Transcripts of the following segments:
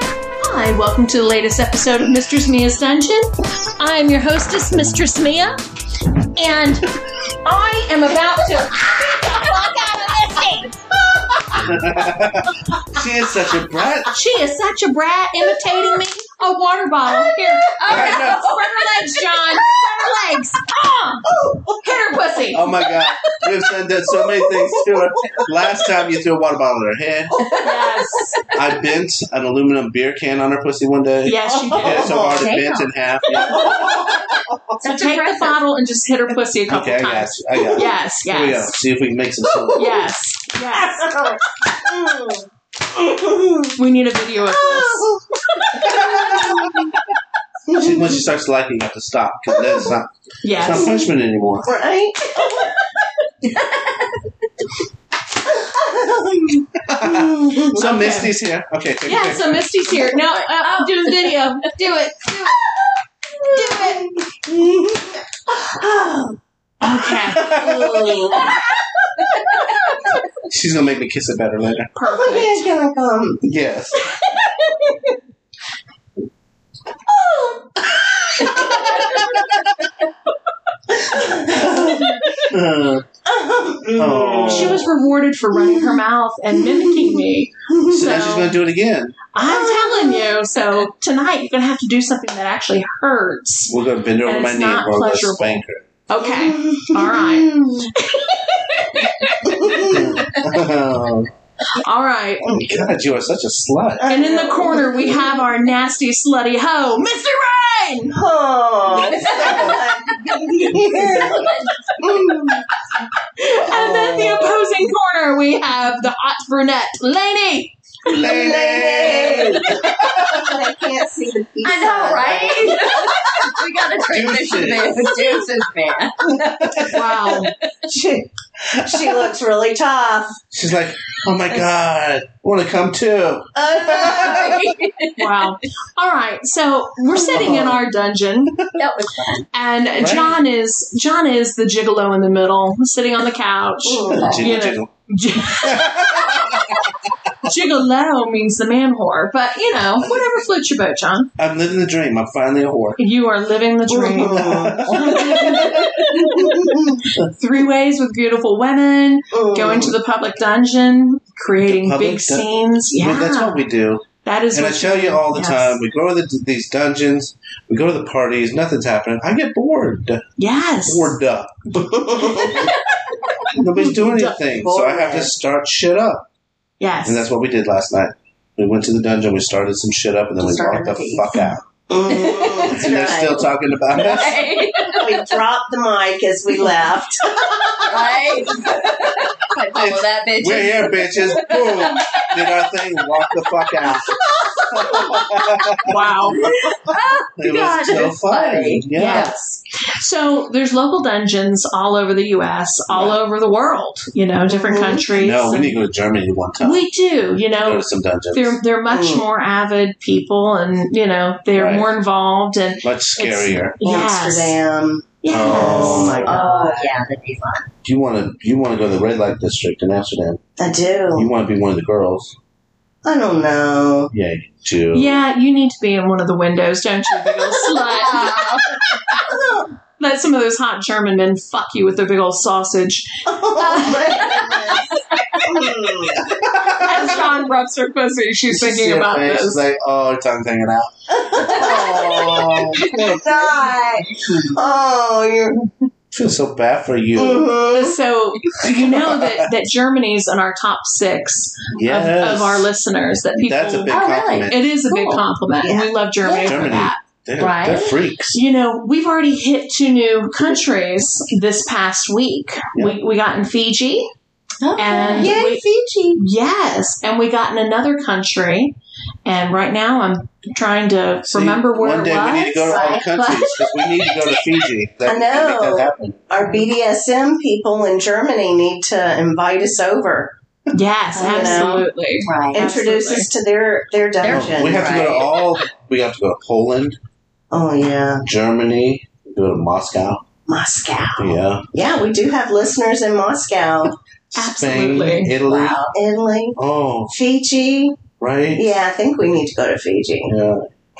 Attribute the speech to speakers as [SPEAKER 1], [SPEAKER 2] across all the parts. [SPEAKER 1] Hi, welcome to the latest episode of Mistress Mia's Dungeon. I'm your hostess, Mistress Mia, and I am about to walk out of this
[SPEAKER 2] She is such a
[SPEAKER 1] thing.
[SPEAKER 2] brat.
[SPEAKER 1] She is such a brat, imitating me. A water bottle. Here, okay,
[SPEAKER 2] I know.
[SPEAKER 1] spread her legs, John. Spread her legs. Ah! Hit her pussy.
[SPEAKER 2] Oh my god. You have said that so many things to her. Last time you threw a water bottle in her head.
[SPEAKER 1] Yes,
[SPEAKER 2] I bent an aluminum beer can on her pussy one day.
[SPEAKER 1] yes, she did.
[SPEAKER 2] Hit it so hard it
[SPEAKER 1] Damn.
[SPEAKER 2] bent in half. Yeah.
[SPEAKER 1] So take the bottle and just hit her pussy a couple
[SPEAKER 2] Okay, I got
[SPEAKER 1] times.
[SPEAKER 2] you. I got you.
[SPEAKER 1] Yes,
[SPEAKER 2] Here we go.
[SPEAKER 1] yes,
[SPEAKER 2] See if we can make some sound.
[SPEAKER 1] yes, yes. We need a video of this.
[SPEAKER 2] She- When she starts liking, you have to stop because that's not, it's not
[SPEAKER 1] Yes.
[SPEAKER 2] punishment anymore.
[SPEAKER 3] Right?
[SPEAKER 2] So
[SPEAKER 1] Okay.
[SPEAKER 2] Misty's here. Okay, take
[SPEAKER 1] Yeah, so Misty's here. Now, uh, do a video. Do it. Do it. Do it. Okay.
[SPEAKER 2] a pic. She's gonna make me kiss it better later.
[SPEAKER 3] Look
[SPEAKER 1] Perfect.
[SPEAKER 3] at like um.
[SPEAKER 2] Yes. Uh, Oh.
[SPEAKER 1] She was rewarded for running her mouth and mimicking me.
[SPEAKER 2] so now she's gonna do it again.
[SPEAKER 1] I'm telling you. So tonight you're gonna have to do something that actually hurts.
[SPEAKER 2] We're gonna bend her over
[SPEAKER 1] And
[SPEAKER 2] my
[SPEAKER 1] it's
[SPEAKER 2] knee
[SPEAKER 1] not
[SPEAKER 2] and we're gonna
[SPEAKER 1] pleasurable.
[SPEAKER 2] spank her.
[SPEAKER 1] Okay. All right.
[SPEAKER 2] oh,
[SPEAKER 1] All right.
[SPEAKER 2] my god, you are such a slut.
[SPEAKER 1] And in the corner we have our nasty slutty hoe, Mr. Rain.
[SPEAKER 3] Oh.
[SPEAKER 1] And then the opposing corner we have the hot brunette, Lainey.
[SPEAKER 2] Lady!
[SPEAKER 3] I can't see the pizza.
[SPEAKER 4] I know, right? we gotta transition
[SPEAKER 2] Deuces.
[SPEAKER 4] this. Deuces, man.
[SPEAKER 1] Wow.
[SPEAKER 3] She, she looks really tough.
[SPEAKER 2] She's like, oh my god, I wanna come too.
[SPEAKER 1] Wow. All right. So we're sitting in our dungeon
[SPEAKER 4] That was fun.
[SPEAKER 1] and
[SPEAKER 2] Right.
[SPEAKER 1] John is John is the gigolo in the middle, sitting on the couch.
[SPEAKER 2] Jiggle,
[SPEAKER 1] Yeah.
[SPEAKER 2] jiggle.
[SPEAKER 1] gigolo means the man whore, but you know, whatever floats your boat, John.
[SPEAKER 2] I'm living the dream. I'm finally a whore.
[SPEAKER 1] You are living the dream. Three ways with beautiful women, going to the public dungeon, creating
[SPEAKER 2] Public
[SPEAKER 1] big
[SPEAKER 2] dun-
[SPEAKER 1] scenes. Yeah.
[SPEAKER 2] Well, that's what we do.
[SPEAKER 1] that is
[SPEAKER 2] And I
[SPEAKER 1] what
[SPEAKER 2] tell you all the
[SPEAKER 1] Yes.
[SPEAKER 2] time, we go to the, these dungeons, we go to the parties, nothing's happening. I get bored.
[SPEAKER 1] Yes.
[SPEAKER 2] Bored up. Nobody's doing anything, so I have to
[SPEAKER 3] Bored.
[SPEAKER 2] start shit up.
[SPEAKER 1] Yes.
[SPEAKER 2] And that's what we did last night. We went to the dungeon, we started some shit up, and then we
[SPEAKER 4] Started
[SPEAKER 2] walked the
[SPEAKER 4] the
[SPEAKER 2] fuck out.
[SPEAKER 3] Mm.
[SPEAKER 2] And they're still talking about us.
[SPEAKER 4] Right?
[SPEAKER 3] we dropped the mic as we left.
[SPEAKER 4] right? I follow that bitch.
[SPEAKER 2] We're here, bitches. Boom. Did our thing, walk the fuck out.
[SPEAKER 1] wow.
[SPEAKER 2] It
[SPEAKER 4] God,
[SPEAKER 2] was so
[SPEAKER 4] that's funny.
[SPEAKER 2] funny. Yeah.
[SPEAKER 1] Yes. So there's local dungeons all over the U.S., all
[SPEAKER 2] Right.
[SPEAKER 1] over the world. You know, different
[SPEAKER 3] Mhm.
[SPEAKER 1] countries.
[SPEAKER 2] Mm-hmm. No, we
[SPEAKER 1] And
[SPEAKER 2] need to go to Germany one time.
[SPEAKER 1] we do. You
[SPEAKER 2] go
[SPEAKER 1] know,
[SPEAKER 2] to some dungeons.
[SPEAKER 1] they're they're much
[SPEAKER 3] Mm.
[SPEAKER 1] more avid people, and you know they're
[SPEAKER 2] Right.
[SPEAKER 1] more involved. And
[SPEAKER 2] Much scarier.
[SPEAKER 1] yes,
[SPEAKER 3] Amsterdam.
[SPEAKER 1] yes.
[SPEAKER 2] Oh my
[SPEAKER 4] Oh, yeah, that'd be fun.
[SPEAKER 2] You want to you want to go to the red light district in Amsterdam.
[SPEAKER 3] I
[SPEAKER 2] You
[SPEAKER 3] do.
[SPEAKER 2] want to be one of the girls.
[SPEAKER 3] I don't know.
[SPEAKER 2] Yeah, too.
[SPEAKER 1] Yeah, you need to be in one of the windows, don't you, big old slut? Let some of those hot German men fuck you with their big old sausage.
[SPEAKER 3] Oh, my goodness. Mm.
[SPEAKER 1] As John rubs her pussy, she's
[SPEAKER 2] She see
[SPEAKER 1] thinking
[SPEAKER 2] her
[SPEAKER 1] about
[SPEAKER 2] face,
[SPEAKER 1] this.
[SPEAKER 2] She's like, oh, her tongue's hanging out. Oh, I
[SPEAKER 3] die. Oh, you're.
[SPEAKER 2] feel so bad for you.
[SPEAKER 3] Mhm.
[SPEAKER 1] so you know that, that Germany's in our top six
[SPEAKER 2] Yes.
[SPEAKER 1] of, of our listeners that people
[SPEAKER 2] That's a big
[SPEAKER 4] Oh, really?
[SPEAKER 2] compliment.
[SPEAKER 1] it is a big
[SPEAKER 4] Cool.
[SPEAKER 1] compliment and we love germany
[SPEAKER 4] Yeah.
[SPEAKER 1] for
[SPEAKER 2] Germany.
[SPEAKER 1] that
[SPEAKER 2] They're,
[SPEAKER 4] Right?
[SPEAKER 2] they're freaks.
[SPEAKER 1] you know we've already hit two new countries this past week
[SPEAKER 2] Yeah.
[SPEAKER 1] we, we got in fiji
[SPEAKER 4] Okay.
[SPEAKER 1] And-
[SPEAKER 4] Yeah.
[SPEAKER 3] Yay,
[SPEAKER 1] Wait.
[SPEAKER 3] Fiji.
[SPEAKER 1] yes and we got in another country and right now i'm trying to
[SPEAKER 2] See,
[SPEAKER 1] remember where
[SPEAKER 2] One day
[SPEAKER 1] it was
[SPEAKER 2] we need to go to all the
[SPEAKER 4] right?
[SPEAKER 2] countries because we need to go to Fiji. That,
[SPEAKER 3] I know.
[SPEAKER 2] Make that happen.
[SPEAKER 3] Our BDSM people in Germany need to invite us over,
[SPEAKER 1] yes
[SPEAKER 3] You know.
[SPEAKER 1] absolutely
[SPEAKER 4] Right.
[SPEAKER 1] And-
[SPEAKER 3] introduce us to their their dungeon.
[SPEAKER 2] Oh, we have to go to
[SPEAKER 4] right.
[SPEAKER 2] all. We have to go to Poland,
[SPEAKER 3] oh yeah,
[SPEAKER 2] Germany. Go to Moscow.
[SPEAKER 3] Moscow.
[SPEAKER 2] Yeah.
[SPEAKER 3] Yeah, we do have listeners in Moscow,
[SPEAKER 2] Spain,
[SPEAKER 1] Absolutely.
[SPEAKER 2] Italy.
[SPEAKER 3] Italy,
[SPEAKER 2] Oh,
[SPEAKER 3] Fiji.
[SPEAKER 2] right?
[SPEAKER 3] Yeah, I think we need to go to Fiji.
[SPEAKER 2] Yeah.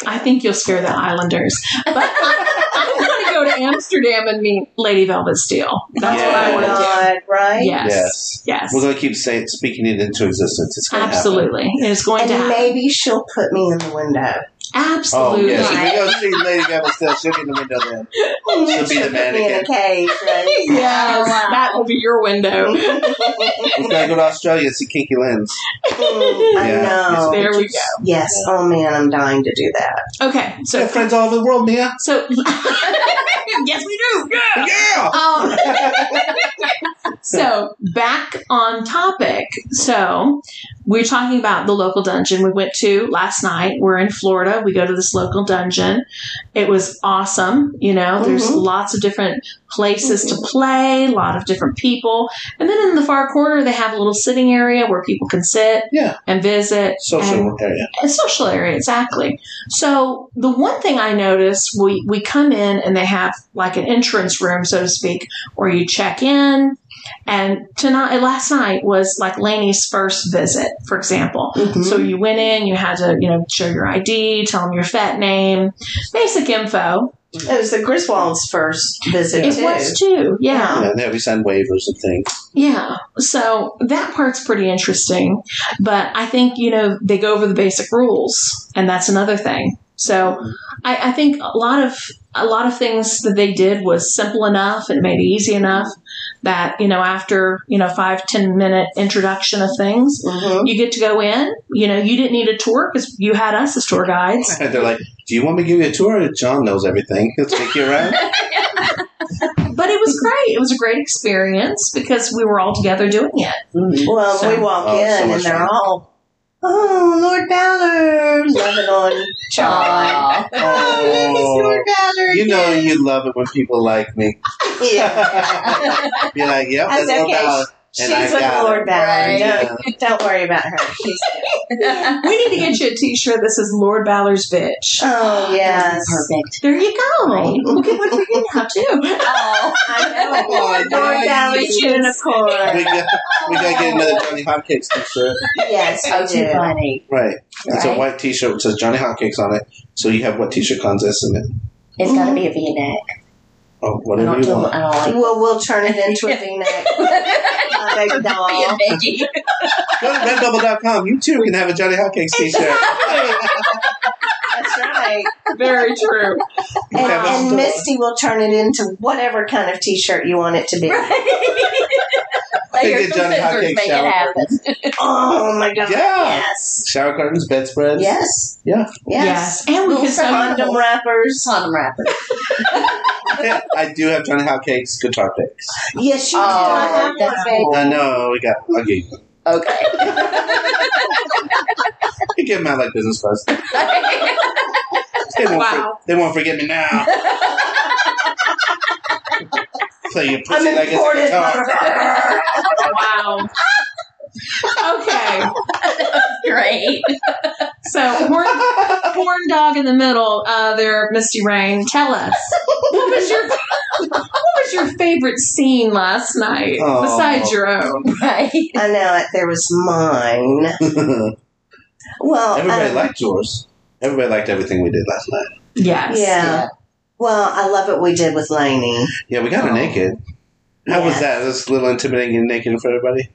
[SPEAKER 1] I think you'll scare the Islanders. But I'm going to go to Amsterdam and meet Lady Velvet Steel. That's
[SPEAKER 2] Yeah.
[SPEAKER 1] what I want to do.
[SPEAKER 3] God, right?
[SPEAKER 1] Yes.
[SPEAKER 2] Yes.
[SPEAKER 1] Yes.
[SPEAKER 2] We're going to keep saying, speaking it into existence. It's going to
[SPEAKER 1] Absolutely. It is going to
[SPEAKER 3] And
[SPEAKER 1] happen.
[SPEAKER 3] maybe she'll put me in the window.
[SPEAKER 2] Oh,
[SPEAKER 1] Absolutely.
[SPEAKER 2] yes. If you go see Lady Gaga still, she'll be in the window then. She'll be the
[SPEAKER 3] Put me in a
[SPEAKER 2] mannequin.
[SPEAKER 3] cage, right?
[SPEAKER 1] Yes,
[SPEAKER 4] Wow.
[SPEAKER 1] that will be your window.
[SPEAKER 2] We're going to go to Australia and see Kinky Lens.
[SPEAKER 3] Mm, I
[SPEAKER 2] Yeah.
[SPEAKER 3] know.
[SPEAKER 1] There we go.
[SPEAKER 3] Yes. Oh man, I'm dying to do that.
[SPEAKER 1] Okay,
[SPEAKER 2] We
[SPEAKER 1] so
[SPEAKER 2] have friends all over the world, Mia.
[SPEAKER 1] so yes, we do. Yeah.
[SPEAKER 2] Yeah!
[SPEAKER 1] Um, so back on topic. So we're talking about the local dungeon we went to last night. We're in Florida. We go to this local dungeon. It was awesome. You know, there's
[SPEAKER 3] Mhm.
[SPEAKER 1] lots of different places to play, a lot of different people. And then in the far corner, they have a little sitting area where people can sit
[SPEAKER 2] Yeah.
[SPEAKER 1] and visit. and-
[SPEAKER 2] Social area.
[SPEAKER 1] a social area exactly so the one thing i noticed we we come in and they have like an entrance room so to speak where you check in and tonight last night was like laney's first visit for example
[SPEAKER 2] Mm-hmm.
[SPEAKER 3] Mhm.
[SPEAKER 1] so you went in you had to you know show your id tell them your fat name basic info
[SPEAKER 3] it was the Griswold's first visit
[SPEAKER 1] it
[SPEAKER 3] too.
[SPEAKER 1] was too yeah
[SPEAKER 2] Yeah, and then we sign waivers and things.
[SPEAKER 1] Yeah. So that part's pretty interesting. But I think, you know, they go over the basic rules and that's another thing. So I, I think a lot of a lot of things that they did was simple enough and made it easy enough that, you know, after, you know, five, ten minute introduction of things,
[SPEAKER 3] Mhm.
[SPEAKER 1] you get to go in. You know, you didn't need a tour because you had us as tour guides.
[SPEAKER 2] And they're like, Do you want me to give you a tour? John knows everything. He'll take you around.
[SPEAKER 1] But it was great. It was a great experience because we were all together doing it.
[SPEAKER 3] Well,
[SPEAKER 1] So-
[SPEAKER 3] we walk
[SPEAKER 2] Oh,
[SPEAKER 3] in
[SPEAKER 2] Mm-hmm. so much
[SPEAKER 3] and they're
[SPEAKER 2] fun.
[SPEAKER 3] all, oh Lord Ballard, loving on John.
[SPEAKER 4] Aw.
[SPEAKER 3] Oh, look, it's Lord Ballard.
[SPEAKER 2] You know
[SPEAKER 3] again.
[SPEAKER 2] you love it when people like me.
[SPEAKER 3] yeah.
[SPEAKER 2] You're like, yep,
[SPEAKER 3] That's
[SPEAKER 2] that's no
[SPEAKER 3] okay.
[SPEAKER 2] doubt.
[SPEAKER 3] She's
[SPEAKER 2] I
[SPEAKER 3] with
[SPEAKER 2] got
[SPEAKER 3] Lord
[SPEAKER 2] it.
[SPEAKER 3] Ballard.
[SPEAKER 2] Right.
[SPEAKER 3] Don't, don't worry about her. She's
[SPEAKER 1] We need to get you a t shirt that says Lord Ballard's bitch.
[SPEAKER 3] oh yes.
[SPEAKER 4] Perfect.
[SPEAKER 1] There you go. Look at what you now too.
[SPEAKER 4] Oh,
[SPEAKER 3] I know.
[SPEAKER 2] Oh,
[SPEAKER 3] Lord
[SPEAKER 2] now
[SPEAKER 3] Ballard
[SPEAKER 2] you- We
[SPEAKER 3] unicorn.
[SPEAKER 2] got, we got to get another Johnny Hotcakes t-shirt.
[SPEAKER 3] Yes, I do.
[SPEAKER 4] funny.
[SPEAKER 2] Right. It's a
[SPEAKER 4] Right.
[SPEAKER 2] white t-shirt with says Johnny Hotcakes on it. So you have what t-shirt contest in it?
[SPEAKER 4] It's got to be a V-neck.
[SPEAKER 2] Oh,
[SPEAKER 4] I
[SPEAKER 2] whatever
[SPEAKER 4] don't,
[SPEAKER 2] you
[SPEAKER 4] do,
[SPEAKER 2] want.
[SPEAKER 4] I don't like
[SPEAKER 3] Well, we'll turn it into a V-neck. My baby doll.
[SPEAKER 4] Becky.
[SPEAKER 2] Go to redbubble.com. You too can have a Johnny Hotcakes t-shirt.
[SPEAKER 3] That's right.
[SPEAKER 1] Very true.
[SPEAKER 2] You
[SPEAKER 3] And,
[SPEAKER 2] have a
[SPEAKER 3] and
[SPEAKER 2] store.
[SPEAKER 3] Misty will turn it into whatever kind of T-shirt you want it to be.
[SPEAKER 2] They
[SPEAKER 4] Layers
[SPEAKER 2] did
[SPEAKER 4] and
[SPEAKER 2] Johnny
[SPEAKER 4] scissors
[SPEAKER 2] Hotcakes
[SPEAKER 4] make it
[SPEAKER 2] shower
[SPEAKER 4] happen.
[SPEAKER 3] Oh my God!
[SPEAKER 2] Yeah.
[SPEAKER 3] Yes.
[SPEAKER 2] Shower curtains, bedspreads.
[SPEAKER 3] Yes.
[SPEAKER 2] Yeah.
[SPEAKER 3] Yes.
[SPEAKER 1] And we
[SPEAKER 3] Little
[SPEAKER 1] can sell
[SPEAKER 3] condom wrappers.
[SPEAKER 4] Condom wrapper.
[SPEAKER 2] I do have Johnny Hotcakes guitar picks.
[SPEAKER 3] Yes, you
[SPEAKER 4] Oh,
[SPEAKER 3] do. I have
[SPEAKER 4] that's
[SPEAKER 3] one,
[SPEAKER 2] I know. We got. I'll give you.
[SPEAKER 4] Okay.
[SPEAKER 2] You give them out like business cards. They won't, for-
[SPEAKER 1] Wow.
[SPEAKER 2] they won't forget me now. so you pussy
[SPEAKER 3] I'm
[SPEAKER 2] like it's
[SPEAKER 3] important,
[SPEAKER 2] guitar.
[SPEAKER 1] Wow. Okay.
[SPEAKER 4] Great.
[SPEAKER 1] So horn, horn dog in the middle, uh there, Misty Rain. Tell us. What was your what was your favorite scene last night
[SPEAKER 2] Oh.
[SPEAKER 1] besides your own?
[SPEAKER 4] Right.
[SPEAKER 3] I know it. There was mine. Well,
[SPEAKER 2] Everybody
[SPEAKER 3] um,
[SPEAKER 2] liked yours. Everybody liked everything we did last night.
[SPEAKER 1] Yes.
[SPEAKER 3] Yeah. Well, I love what we did with Lainey.
[SPEAKER 2] Yeah, we got her
[SPEAKER 4] Oh.
[SPEAKER 2] naked. How was
[SPEAKER 3] Yes.
[SPEAKER 2] that? It was a little intimidating and naked for everybody.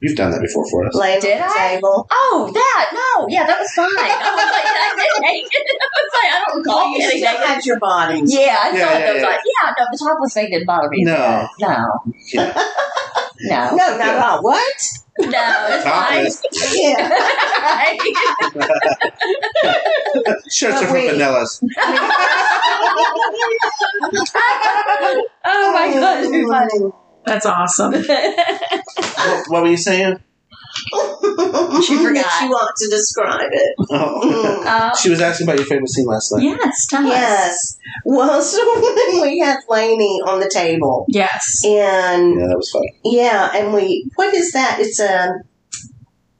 [SPEAKER 2] You've done that before for us.
[SPEAKER 3] Lainey
[SPEAKER 4] Did
[SPEAKER 3] on the
[SPEAKER 4] I?
[SPEAKER 3] table.
[SPEAKER 4] Oh, that. No. Yeah, that was fine. I was like, I did naked. I was like, I don't recall
[SPEAKER 3] you
[SPEAKER 4] getting
[SPEAKER 3] still
[SPEAKER 4] naked.
[SPEAKER 3] had your bottoms.
[SPEAKER 4] Yeah, I
[SPEAKER 2] Yeah,
[SPEAKER 4] thought
[SPEAKER 2] yeah,
[SPEAKER 4] that was
[SPEAKER 2] yeah.
[SPEAKER 4] like, yeah, no, the topless thing didn't bother me.
[SPEAKER 2] No.
[SPEAKER 4] No.
[SPEAKER 2] Yeah.
[SPEAKER 4] No.
[SPEAKER 3] No, not at all. What?
[SPEAKER 4] No, it's fine.
[SPEAKER 2] Topless.
[SPEAKER 3] Yeah.
[SPEAKER 4] Right.
[SPEAKER 2] Shirts
[SPEAKER 3] But
[SPEAKER 2] are from
[SPEAKER 3] wait.
[SPEAKER 2] Vanellas.
[SPEAKER 4] Oh my god, too funny.
[SPEAKER 1] That's awesome.
[SPEAKER 2] What, what were you saying?
[SPEAKER 4] She
[SPEAKER 3] That
[SPEAKER 4] forgot.
[SPEAKER 3] you want to describe it.
[SPEAKER 2] Oh.
[SPEAKER 3] Mm.
[SPEAKER 4] Uh,
[SPEAKER 2] she was asking about your favorite scene last night.
[SPEAKER 1] Yes, tell us.
[SPEAKER 3] Yes. Well, so then we had Lainey on the table.
[SPEAKER 1] Yes.
[SPEAKER 3] And
[SPEAKER 2] Yeah, that was fun.
[SPEAKER 3] yeah, and we what is that? It's a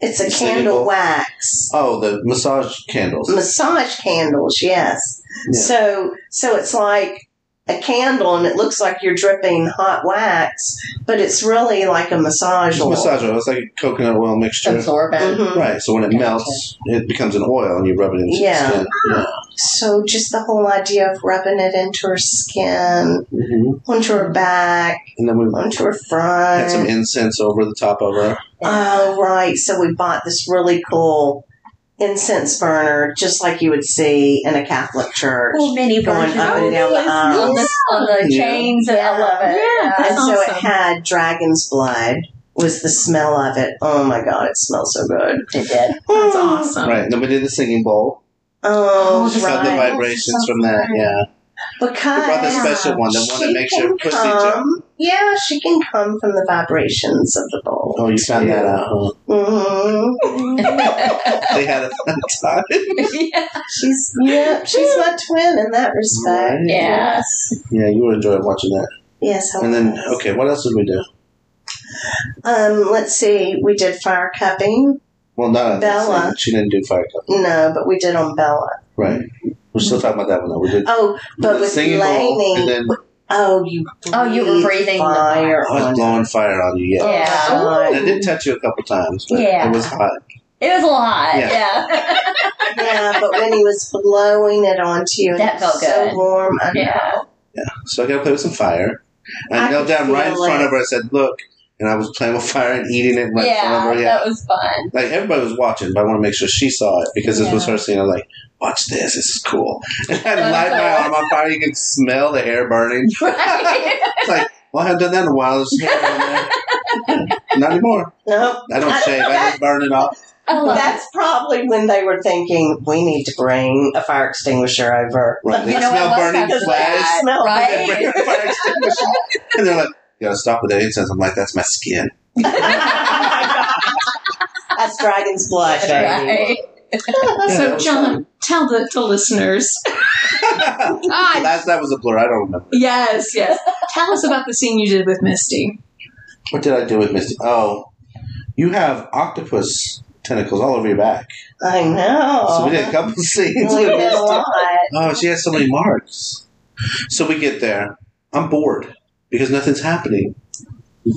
[SPEAKER 3] it's a
[SPEAKER 2] It's
[SPEAKER 3] candle
[SPEAKER 2] label.
[SPEAKER 3] wax.
[SPEAKER 2] Oh, the massage candles.
[SPEAKER 3] Massage candles, yes.
[SPEAKER 2] Yeah.
[SPEAKER 3] So so it's like a candle and it looks like you're dripping hot wax, but it's really like a massage
[SPEAKER 2] It's
[SPEAKER 3] oil.
[SPEAKER 2] massage oil. It's like a coconut oil mixture.
[SPEAKER 4] Absorbent.
[SPEAKER 3] Mhm.
[SPEAKER 2] Right. So when it
[SPEAKER 4] Gotcha.
[SPEAKER 2] melts, it becomes an oil, and you rub it into
[SPEAKER 3] Yeah.
[SPEAKER 2] the skin. Yeah.
[SPEAKER 3] So just the whole idea of rubbing it into her skin,
[SPEAKER 2] hmm
[SPEAKER 3] onto her back,
[SPEAKER 2] And then we
[SPEAKER 3] onto her
[SPEAKER 2] had some
[SPEAKER 3] front.
[SPEAKER 2] incense over the top of it.
[SPEAKER 4] Uh,
[SPEAKER 3] Oh, right. So we bought this really cool incense burner, just like you would see in a Catholic church.
[SPEAKER 4] Cool oh, mini
[SPEAKER 3] Going
[SPEAKER 4] version.
[SPEAKER 3] up and down the aisle.
[SPEAKER 4] on the, on Oh, the
[SPEAKER 2] Yeah.
[SPEAKER 4] chains.
[SPEAKER 3] Yeah.
[SPEAKER 4] I love it.
[SPEAKER 1] Yeah.
[SPEAKER 3] and
[SPEAKER 1] That's
[SPEAKER 3] so it
[SPEAKER 1] awesome.
[SPEAKER 3] had dragon's blood. Was the smell of it? Oh my god, it smells so good.
[SPEAKER 4] It did.
[SPEAKER 1] That's awesome.
[SPEAKER 2] Right. And then we did the singing bowl.
[SPEAKER 3] Oh,
[SPEAKER 1] Oh, the
[SPEAKER 2] Felt the
[SPEAKER 3] right.
[SPEAKER 2] vibrations
[SPEAKER 1] So
[SPEAKER 2] from that.
[SPEAKER 1] fun.
[SPEAKER 2] Yeah. We brought the
[SPEAKER 3] Because
[SPEAKER 2] special one, the one that
[SPEAKER 3] she
[SPEAKER 2] makes your
[SPEAKER 3] can
[SPEAKER 2] pussy jump.
[SPEAKER 3] come. Yeah, she can come from the vibrations of the bowl.
[SPEAKER 2] Oh, you found that out. huh?
[SPEAKER 3] hmm
[SPEAKER 2] They had a fun time.
[SPEAKER 4] yeah.
[SPEAKER 3] she's yeah, she's my twin in that respect.
[SPEAKER 2] Right.
[SPEAKER 4] Yes.
[SPEAKER 2] Yeah, you would enjoy watching that.
[SPEAKER 3] Yes, I
[SPEAKER 2] And then,
[SPEAKER 3] was.
[SPEAKER 2] okay, what else did we do?
[SPEAKER 3] Um, let's see. We did fire cupping.
[SPEAKER 2] Well, not on that
[SPEAKER 3] Bella.
[SPEAKER 2] thing. She didn't do fire cup.
[SPEAKER 3] No, but we did on Bella.
[SPEAKER 2] Right. We're still talking about that one though. We did
[SPEAKER 3] Oh, Mm-hmm. but
[SPEAKER 2] the
[SPEAKER 3] with
[SPEAKER 2] singing bowl, and
[SPEAKER 3] Lainey.
[SPEAKER 2] then
[SPEAKER 3] Oh, you.
[SPEAKER 4] Oh, you were breathing the
[SPEAKER 3] fire
[SPEAKER 2] I was
[SPEAKER 3] on
[SPEAKER 2] blowing fire on you. Yeah.
[SPEAKER 4] Yeah.
[SPEAKER 3] Oh, God.
[SPEAKER 2] And it did touch you a couple times, but
[SPEAKER 4] Yeah.
[SPEAKER 2] it was hot.
[SPEAKER 4] It was a lot.
[SPEAKER 2] Yeah.
[SPEAKER 4] Yeah.
[SPEAKER 3] yeah, but when he was blowing it onto you, and
[SPEAKER 4] That
[SPEAKER 3] it
[SPEAKER 4] felt
[SPEAKER 3] was so
[SPEAKER 4] good.
[SPEAKER 3] warm. I know.
[SPEAKER 4] Yeah.
[SPEAKER 2] So I got to play with some fire. I,
[SPEAKER 3] I
[SPEAKER 2] knelt
[SPEAKER 3] could
[SPEAKER 2] down right in
[SPEAKER 3] feel
[SPEAKER 2] front
[SPEAKER 3] it.
[SPEAKER 2] of her. I said, "Look," and I was playing with fire and eating it. Right in front
[SPEAKER 4] yeah,
[SPEAKER 2] of her. yeah.
[SPEAKER 4] that was fun.
[SPEAKER 2] Like everybody was watching, but I want to make sure she saw it because this was her scene. I'm like, "Watch this. This is cool." And I
[SPEAKER 4] That's
[SPEAKER 2] light my
[SPEAKER 4] awesome.
[SPEAKER 2] arm on fire. You can smell the hair burning.
[SPEAKER 4] Right?
[SPEAKER 2] Well, I haven't done that in a while. There's hair on there. Not anymore.
[SPEAKER 3] No,
[SPEAKER 2] I don't
[SPEAKER 3] I-
[SPEAKER 2] shave. I just burn it off.
[SPEAKER 4] I love
[SPEAKER 3] that's probably when they were thinking we need to bring a fire extinguisher over.
[SPEAKER 2] Right.
[SPEAKER 4] You
[SPEAKER 2] They
[SPEAKER 4] know, I
[SPEAKER 2] smell
[SPEAKER 4] love
[SPEAKER 2] burning
[SPEAKER 4] that.
[SPEAKER 3] Because
[SPEAKER 2] flags.
[SPEAKER 3] they smell
[SPEAKER 2] and
[SPEAKER 4] Right?
[SPEAKER 2] bring the fire extinguisher. And they're like, you gotta stop with that incense. I'm like, that's my skin.
[SPEAKER 3] That's dragon's blood, baby.
[SPEAKER 4] Right.
[SPEAKER 2] that
[SPEAKER 1] So,
[SPEAKER 2] was
[SPEAKER 1] John, tell the to listeners.
[SPEAKER 2] fun.
[SPEAKER 1] God,
[SPEAKER 2] Last night was a blur. I don't remember.
[SPEAKER 1] yes, yes. Tell us about the scene you did with Misty.
[SPEAKER 2] What did I do with Misty? Oh, you have octopus tentacles all over your back.
[SPEAKER 3] I know.
[SPEAKER 2] So we did
[SPEAKER 4] Uh-huh.
[SPEAKER 2] a couple scenes
[SPEAKER 3] We
[SPEAKER 2] with
[SPEAKER 3] did a
[SPEAKER 2] Misty.
[SPEAKER 3] lot.
[SPEAKER 2] Oh, she has so many marks. So we get there. I'm bored because nothing's happening.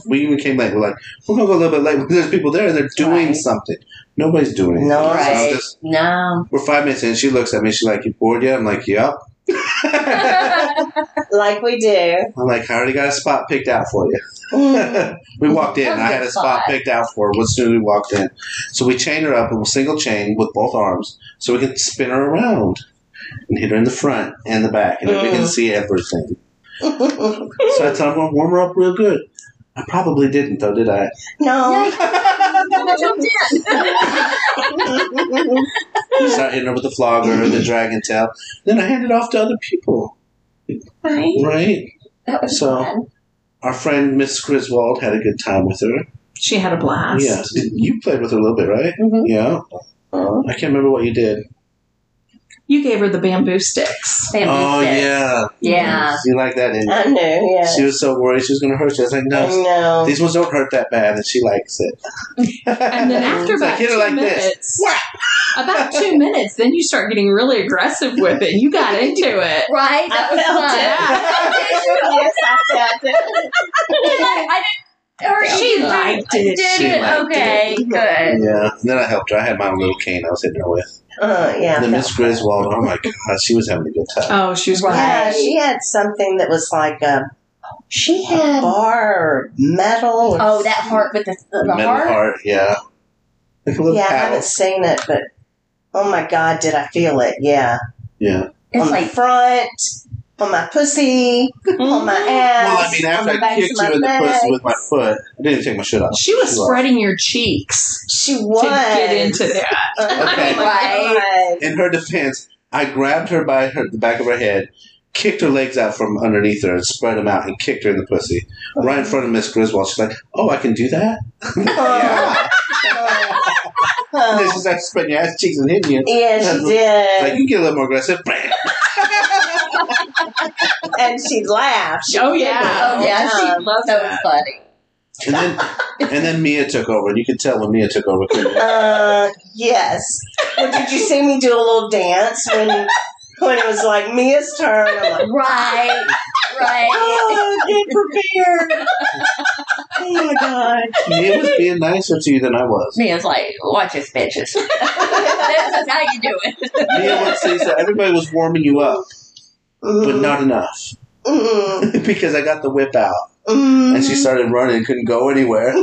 [SPEAKER 2] We even came late. We're like, we're gonna go a little bit late. There's people there and they're doing
[SPEAKER 4] Right.
[SPEAKER 2] something. Nobody's doing anything.
[SPEAKER 3] No.
[SPEAKER 2] So I'm
[SPEAKER 4] Right.
[SPEAKER 2] just-
[SPEAKER 4] No.
[SPEAKER 2] we're five minutes in. and She looks at me. She's like, "You bored yet?" I'm like, "Yup." I'm
[SPEAKER 3] Like we do.
[SPEAKER 2] like, "I already got a spot picked out for you."
[SPEAKER 3] Mm.
[SPEAKER 2] we walked in.
[SPEAKER 4] That's
[SPEAKER 2] and I
[SPEAKER 4] a
[SPEAKER 2] had
[SPEAKER 4] good
[SPEAKER 2] a spot
[SPEAKER 4] spot.
[SPEAKER 2] picked out for her as soon as we walked in. So we chained her up in a single chain with both arms, so we could spin her around and hit her in the front and the back, and we can
[SPEAKER 3] Mm.
[SPEAKER 2] see everything. So I thought I'm gonna warm her up real good. I probably didn't though, did I?
[SPEAKER 3] no.
[SPEAKER 4] I jumped in.
[SPEAKER 2] Start hitting her with the flogger or the dragon tail. Then I handed off to other people,
[SPEAKER 4] Right?
[SPEAKER 2] right?
[SPEAKER 4] That was
[SPEAKER 2] So-
[SPEAKER 4] fun.
[SPEAKER 2] Our friend Miss Griswold had a good time with her.
[SPEAKER 1] She had a blast.
[SPEAKER 2] Yeah, you played with her a little bit, right?
[SPEAKER 4] Mhm.
[SPEAKER 2] Yeah,
[SPEAKER 3] Oh,
[SPEAKER 2] I can't remember what you did.
[SPEAKER 1] You gave her the bamboo sticks.
[SPEAKER 4] Bamboo
[SPEAKER 2] oh
[SPEAKER 4] sticks.
[SPEAKER 2] yeah,
[SPEAKER 4] Yeah.
[SPEAKER 2] you like that? Didn't you?
[SPEAKER 3] I knew, yeah.
[SPEAKER 2] She was so worried she was gonna hurt you. I was like,
[SPEAKER 3] I
[SPEAKER 2] no,
[SPEAKER 3] know.
[SPEAKER 2] these ones don't hurt that bad, and she likes it.
[SPEAKER 1] And then after
[SPEAKER 2] It's
[SPEAKER 1] about
[SPEAKER 2] like, hit
[SPEAKER 1] two
[SPEAKER 2] her like this.
[SPEAKER 1] minutes, about two minutes, then you start getting really aggressive with it. You got into it.
[SPEAKER 4] Right? That was
[SPEAKER 3] felt
[SPEAKER 4] fun.
[SPEAKER 3] it.
[SPEAKER 4] Yes, I did. I didn't. Or she
[SPEAKER 1] She liked it.
[SPEAKER 4] Did
[SPEAKER 2] She
[SPEAKER 4] it.
[SPEAKER 2] liked
[SPEAKER 4] okay.
[SPEAKER 3] it.
[SPEAKER 4] Good.
[SPEAKER 2] Yeah, and then I helped her. I had my own little cane I was hitting her with.
[SPEAKER 3] Uh, yeah.
[SPEAKER 2] And then Miss Griswold, oh my god, she was having a good time.
[SPEAKER 1] Oh, she was
[SPEAKER 4] Right.
[SPEAKER 1] glad.
[SPEAKER 3] Yeah, she had something that was like a
[SPEAKER 4] She
[SPEAKER 3] Oh.
[SPEAKER 4] had.
[SPEAKER 3] bar or metal. Or
[SPEAKER 4] Oh, that heart with the, the,
[SPEAKER 2] Metal
[SPEAKER 4] heart.
[SPEAKER 2] heart, yeah. Like a little
[SPEAKER 3] Yeah, I
[SPEAKER 2] paddle.
[SPEAKER 3] haven't seen it, but oh my god, did I feel it? Yeah,
[SPEAKER 2] Yeah.
[SPEAKER 4] It's
[SPEAKER 3] on
[SPEAKER 4] like.
[SPEAKER 3] the front, on my pussy,
[SPEAKER 2] Oh,
[SPEAKER 3] on my ass.
[SPEAKER 2] Well, I mean,
[SPEAKER 3] on
[SPEAKER 2] after
[SPEAKER 3] the
[SPEAKER 2] I
[SPEAKER 3] backs of
[SPEAKER 2] kicked you
[SPEAKER 3] my
[SPEAKER 2] in the
[SPEAKER 3] legs.
[SPEAKER 2] pussy with my foot, I didn't take my shit off.
[SPEAKER 1] She was spreading your cheeks
[SPEAKER 3] she was Oh
[SPEAKER 1] to get into that.
[SPEAKER 2] Okay.
[SPEAKER 3] Right.
[SPEAKER 2] in her defense, I grabbed her by her, the back of her head, kicked her legs out from underneath her, and spread them out, and kicked her in the pussy right in front of Miss Griswold. She's like, "Oh, I can do that." yeah. And then she started spreading your ass cheeks and hitting you.
[SPEAKER 3] yeah, she did,
[SPEAKER 2] Like you get a little more aggressive. Bam.
[SPEAKER 3] and she laughed. She
[SPEAKER 1] Oh, yeah.
[SPEAKER 4] Oh, yeah. She
[SPEAKER 3] Yeah.
[SPEAKER 4] loved that. was funny.
[SPEAKER 2] And then and then Mia took over, and you could tell when Mia took over. couldn't you?
[SPEAKER 3] Uh, yes. Well, did you see me do a little dance when when it was like Mia's turn? I'm like,
[SPEAKER 4] Right. right.
[SPEAKER 3] Oh, get prepared. oh my god.
[SPEAKER 2] Mia was being nicer to you than I was.
[SPEAKER 4] Mia's like, watch this, bitches. this is how you do it.
[SPEAKER 2] Mia would say so. Everybody was warming you up, but not enough
[SPEAKER 3] Mm-mm.
[SPEAKER 2] because I got the whip out.
[SPEAKER 3] Mm-mm.
[SPEAKER 4] Mm-hmm.
[SPEAKER 2] and she started running, couldn't go anywhere.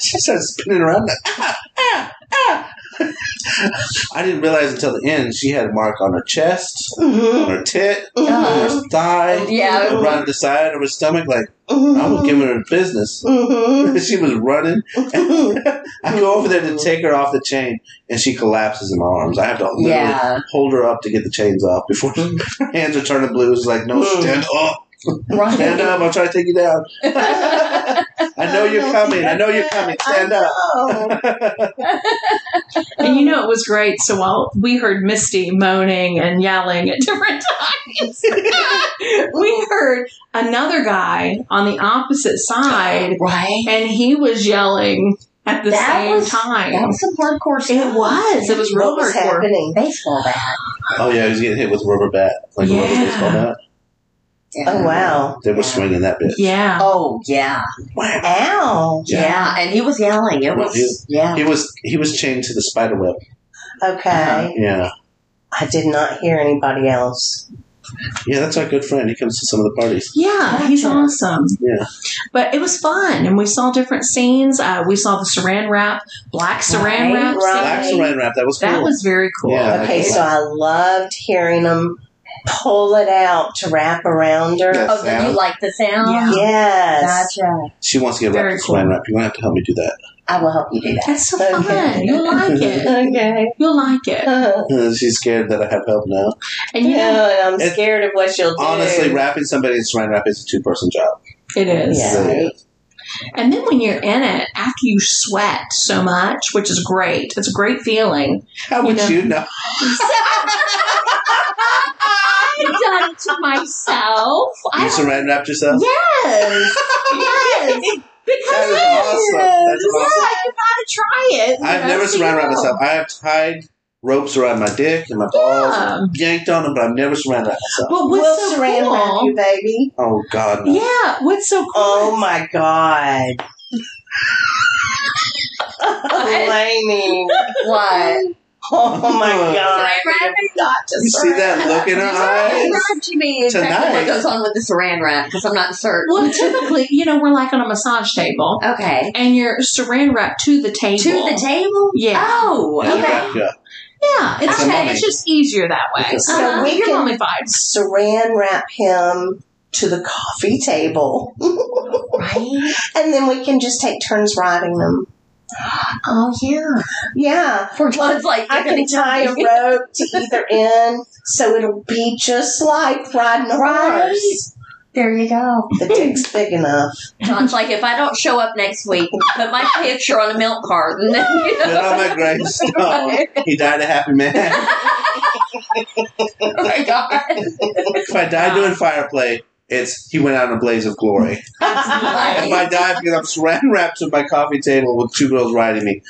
[SPEAKER 2] she started spinning around. Like, "Ah, ah, ah." I didn't realize until the end she had a mark on her chest, on
[SPEAKER 3] Mhm.
[SPEAKER 2] her tit, on
[SPEAKER 3] Mhm.
[SPEAKER 2] her thigh,
[SPEAKER 4] Uh-huh. Yeah. Mm-hmm.
[SPEAKER 2] around the side of her stomach. Like I was
[SPEAKER 3] Mhm.
[SPEAKER 2] giving her business.
[SPEAKER 3] Mhm.
[SPEAKER 2] she was running. I go over there
[SPEAKER 4] Mm-hmm.
[SPEAKER 2] to take her off the chain, and she collapses in my arms. I have to literally
[SPEAKER 4] Yeah. Mm-hmm.
[SPEAKER 2] hold her up to get the chains off before her hands are turning blue. It's like, no, stand up, stand up. I'm trying to take you down. I
[SPEAKER 1] Oh,
[SPEAKER 2] know you're coming. I know you're coming. Stand
[SPEAKER 3] I
[SPEAKER 2] up.
[SPEAKER 3] know.
[SPEAKER 1] And you know it was great. So while we heard Misty moaning and yelling at different times, we heard another guy on the opposite side,
[SPEAKER 4] Right.
[SPEAKER 1] and he was yelling at the
[SPEAKER 4] That
[SPEAKER 1] same
[SPEAKER 4] was- That
[SPEAKER 1] time.
[SPEAKER 4] was some hardcore
[SPEAKER 1] It
[SPEAKER 4] stuff.
[SPEAKER 1] was. It was real
[SPEAKER 3] What was
[SPEAKER 1] hardcore.
[SPEAKER 3] happening?
[SPEAKER 4] Baseball bat.
[SPEAKER 2] Oh yeah, he's getting hit with a rubber bat, like a rubber
[SPEAKER 1] Yeah.
[SPEAKER 2] baseball bat.
[SPEAKER 4] Yeah.
[SPEAKER 3] Oh wow.
[SPEAKER 2] They were swinging that bitch.
[SPEAKER 1] Yeah.
[SPEAKER 4] Oh yeah.
[SPEAKER 3] Ow.
[SPEAKER 4] yeah, And he was yelling. It was yeah.
[SPEAKER 2] He was he was chained to the spider web.
[SPEAKER 3] Okay.
[SPEAKER 2] Yeah,
[SPEAKER 3] I did not hear anybody else.
[SPEAKER 2] yeah. That's our good friend. He comes to some of the parties.
[SPEAKER 1] Yeah, he's
[SPEAKER 4] Gotcha.
[SPEAKER 1] awesome.
[SPEAKER 2] Yeah.
[SPEAKER 1] But it was fun, and we saw different scenes. Uh, we saw the saran wrap, black saran
[SPEAKER 4] Right,
[SPEAKER 1] wrap.
[SPEAKER 3] right.
[SPEAKER 1] scene.
[SPEAKER 2] Black saran wrap. That was cool.
[SPEAKER 1] That was very cool.
[SPEAKER 2] Yeah.
[SPEAKER 3] Okay, so I loved hearing them pull it out to wrap around her.
[SPEAKER 2] Yeah.
[SPEAKER 4] Oh, did you like the sound?
[SPEAKER 1] Yeah.
[SPEAKER 3] Yes.
[SPEAKER 4] Gotcha.
[SPEAKER 2] she wants to get
[SPEAKER 1] Very
[SPEAKER 2] wrapped in
[SPEAKER 1] cool.
[SPEAKER 2] saran wrap. You're gonna have to help me do that.
[SPEAKER 4] I will help you do that.
[SPEAKER 1] That's so fun.
[SPEAKER 3] Okay.
[SPEAKER 1] You'll like it.
[SPEAKER 3] Okay.
[SPEAKER 1] You'll like it.
[SPEAKER 3] Uh,
[SPEAKER 2] Uh, She's scared that I have help now.
[SPEAKER 1] And you know,
[SPEAKER 3] yeah, I'm
[SPEAKER 2] It's-
[SPEAKER 3] scared of what you'll do.
[SPEAKER 2] Honestly, wrapping somebody in saran wrap is a two person job.
[SPEAKER 1] it is.
[SPEAKER 3] Yeah.
[SPEAKER 2] Really.
[SPEAKER 1] And then when you're in it, after you sweat so much, which is great, it's a great feeling.
[SPEAKER 2] How would
[SPEAKER 1] know.
[SPEAKER 2] you know?
[SPEAKER 1] I've done it to myself.
[SPEAKER 2] You
[SPEAKER 1] I
[SPEAKER 2] saran wrapped yourself.
[SPEAKER 1] yes, yes. Because
[SPEAKER 2] That is
[SPEAKER 1] it
[SPEAKER 2] awesome.
[SPEAKER 1] is.
[SPEAKER 2] That's awesome.
[SPEAKER 1] Yeah, you gotta try it. you
[SPEAKER 2] I've
[SPEAKER 1] know,
[SPEAKER 2] never
[SPEAKER 1] so you
[SPEAKER 2] surrounded around
[SPEAKER 1] know.
[SPEAKER 2] myself. I have tied ropes around my dick and my balls,
[SPEAKER 1] Yeah.
[SPEAKER 2] yanked on them, but I've never surrounded around myself.
[SPEAKER 1] Well, what's
[SPEAKER 3] We'll
[SPEAKER 1] so
[SPEAKER 3] saran
[SPEAKER 1] cool?
[SPEAKER 3] wrap you, baby.
[SPEAKER 2] Oh God, no.
[SPEAKER 1] Yeah, what's so cool?
[SPEAKER 3] Oh my god. Blaming.
[SPEAKER 4] What?
[SPEAKER 3] Oh my god.
[SPEAKER 4] Saran wrap?
[SPEAKER 3] You've got to
[SPEAKER 2] you see
[SPEAKER 3] surround-
[SPEAKER 2] that look in her eyes?
[SPEAKER 4] to me exactly
[SPEAKER 2] Tonight.
[SPEAKER 4] what goes on with the saran wrap because I'm not certain.
[SPEAKER 1] well, typically, you know, we're like on a massage table,
[SPEAKER 4] okay.
[SPEAKER 1] and you're saran wrapped to the table.
[SPEAKER 4] To the table?
[SPEAKER 1] Yeah.
[SPEAKER 4] Oh,
[SPEAKER 2] Yeah,
[SPEAKER 4] okay.
[SPEAKER 2] yeah, yeah.
[SPEAKER 1] Yeah, it's
[SPEAKER 2] Okay.
[SPEAKER 1] it's just easier that way.
[SPEAKER 2] So
[SPEAKER 1] Uh-huh,
[SPEAKER 3] we
[SPEAKER 1] your
[SPEAKER 3] can-
[SPEAKER 1] mommy vibes.
[SPEAKER 3] Saran wrap him to the coffee table.
[SPEAKER 4] Right?
[SPEAKER 3] And then we can just take turns riding them.
[SPEAKER 4] Oh, yeah.
[SPEAKER 3] Yeah.
[SPEAKER 4] For John's like,
[SPEAKER 3] I can tie a rope to either end, so it'll be just like riding a
[SPEAKER 4] Right.
[SPEAKER 3] horse.
[SPEAKER 4] There you go.
[SPEAKER 3] The dick's big enough.
[SPEAKER 4] John's like, if I don't show up next week, put my picture on a milk carton. you
[SPEAKER 2] Put on my gravestone. He died a happy man.
[SPEAKER 4] Oh my god.
[SPEAKER 2] if I die doing fire play, it's he went out in a blaze of glory. If I die because I'm saran wrapped to my coffee table with two girls riding me,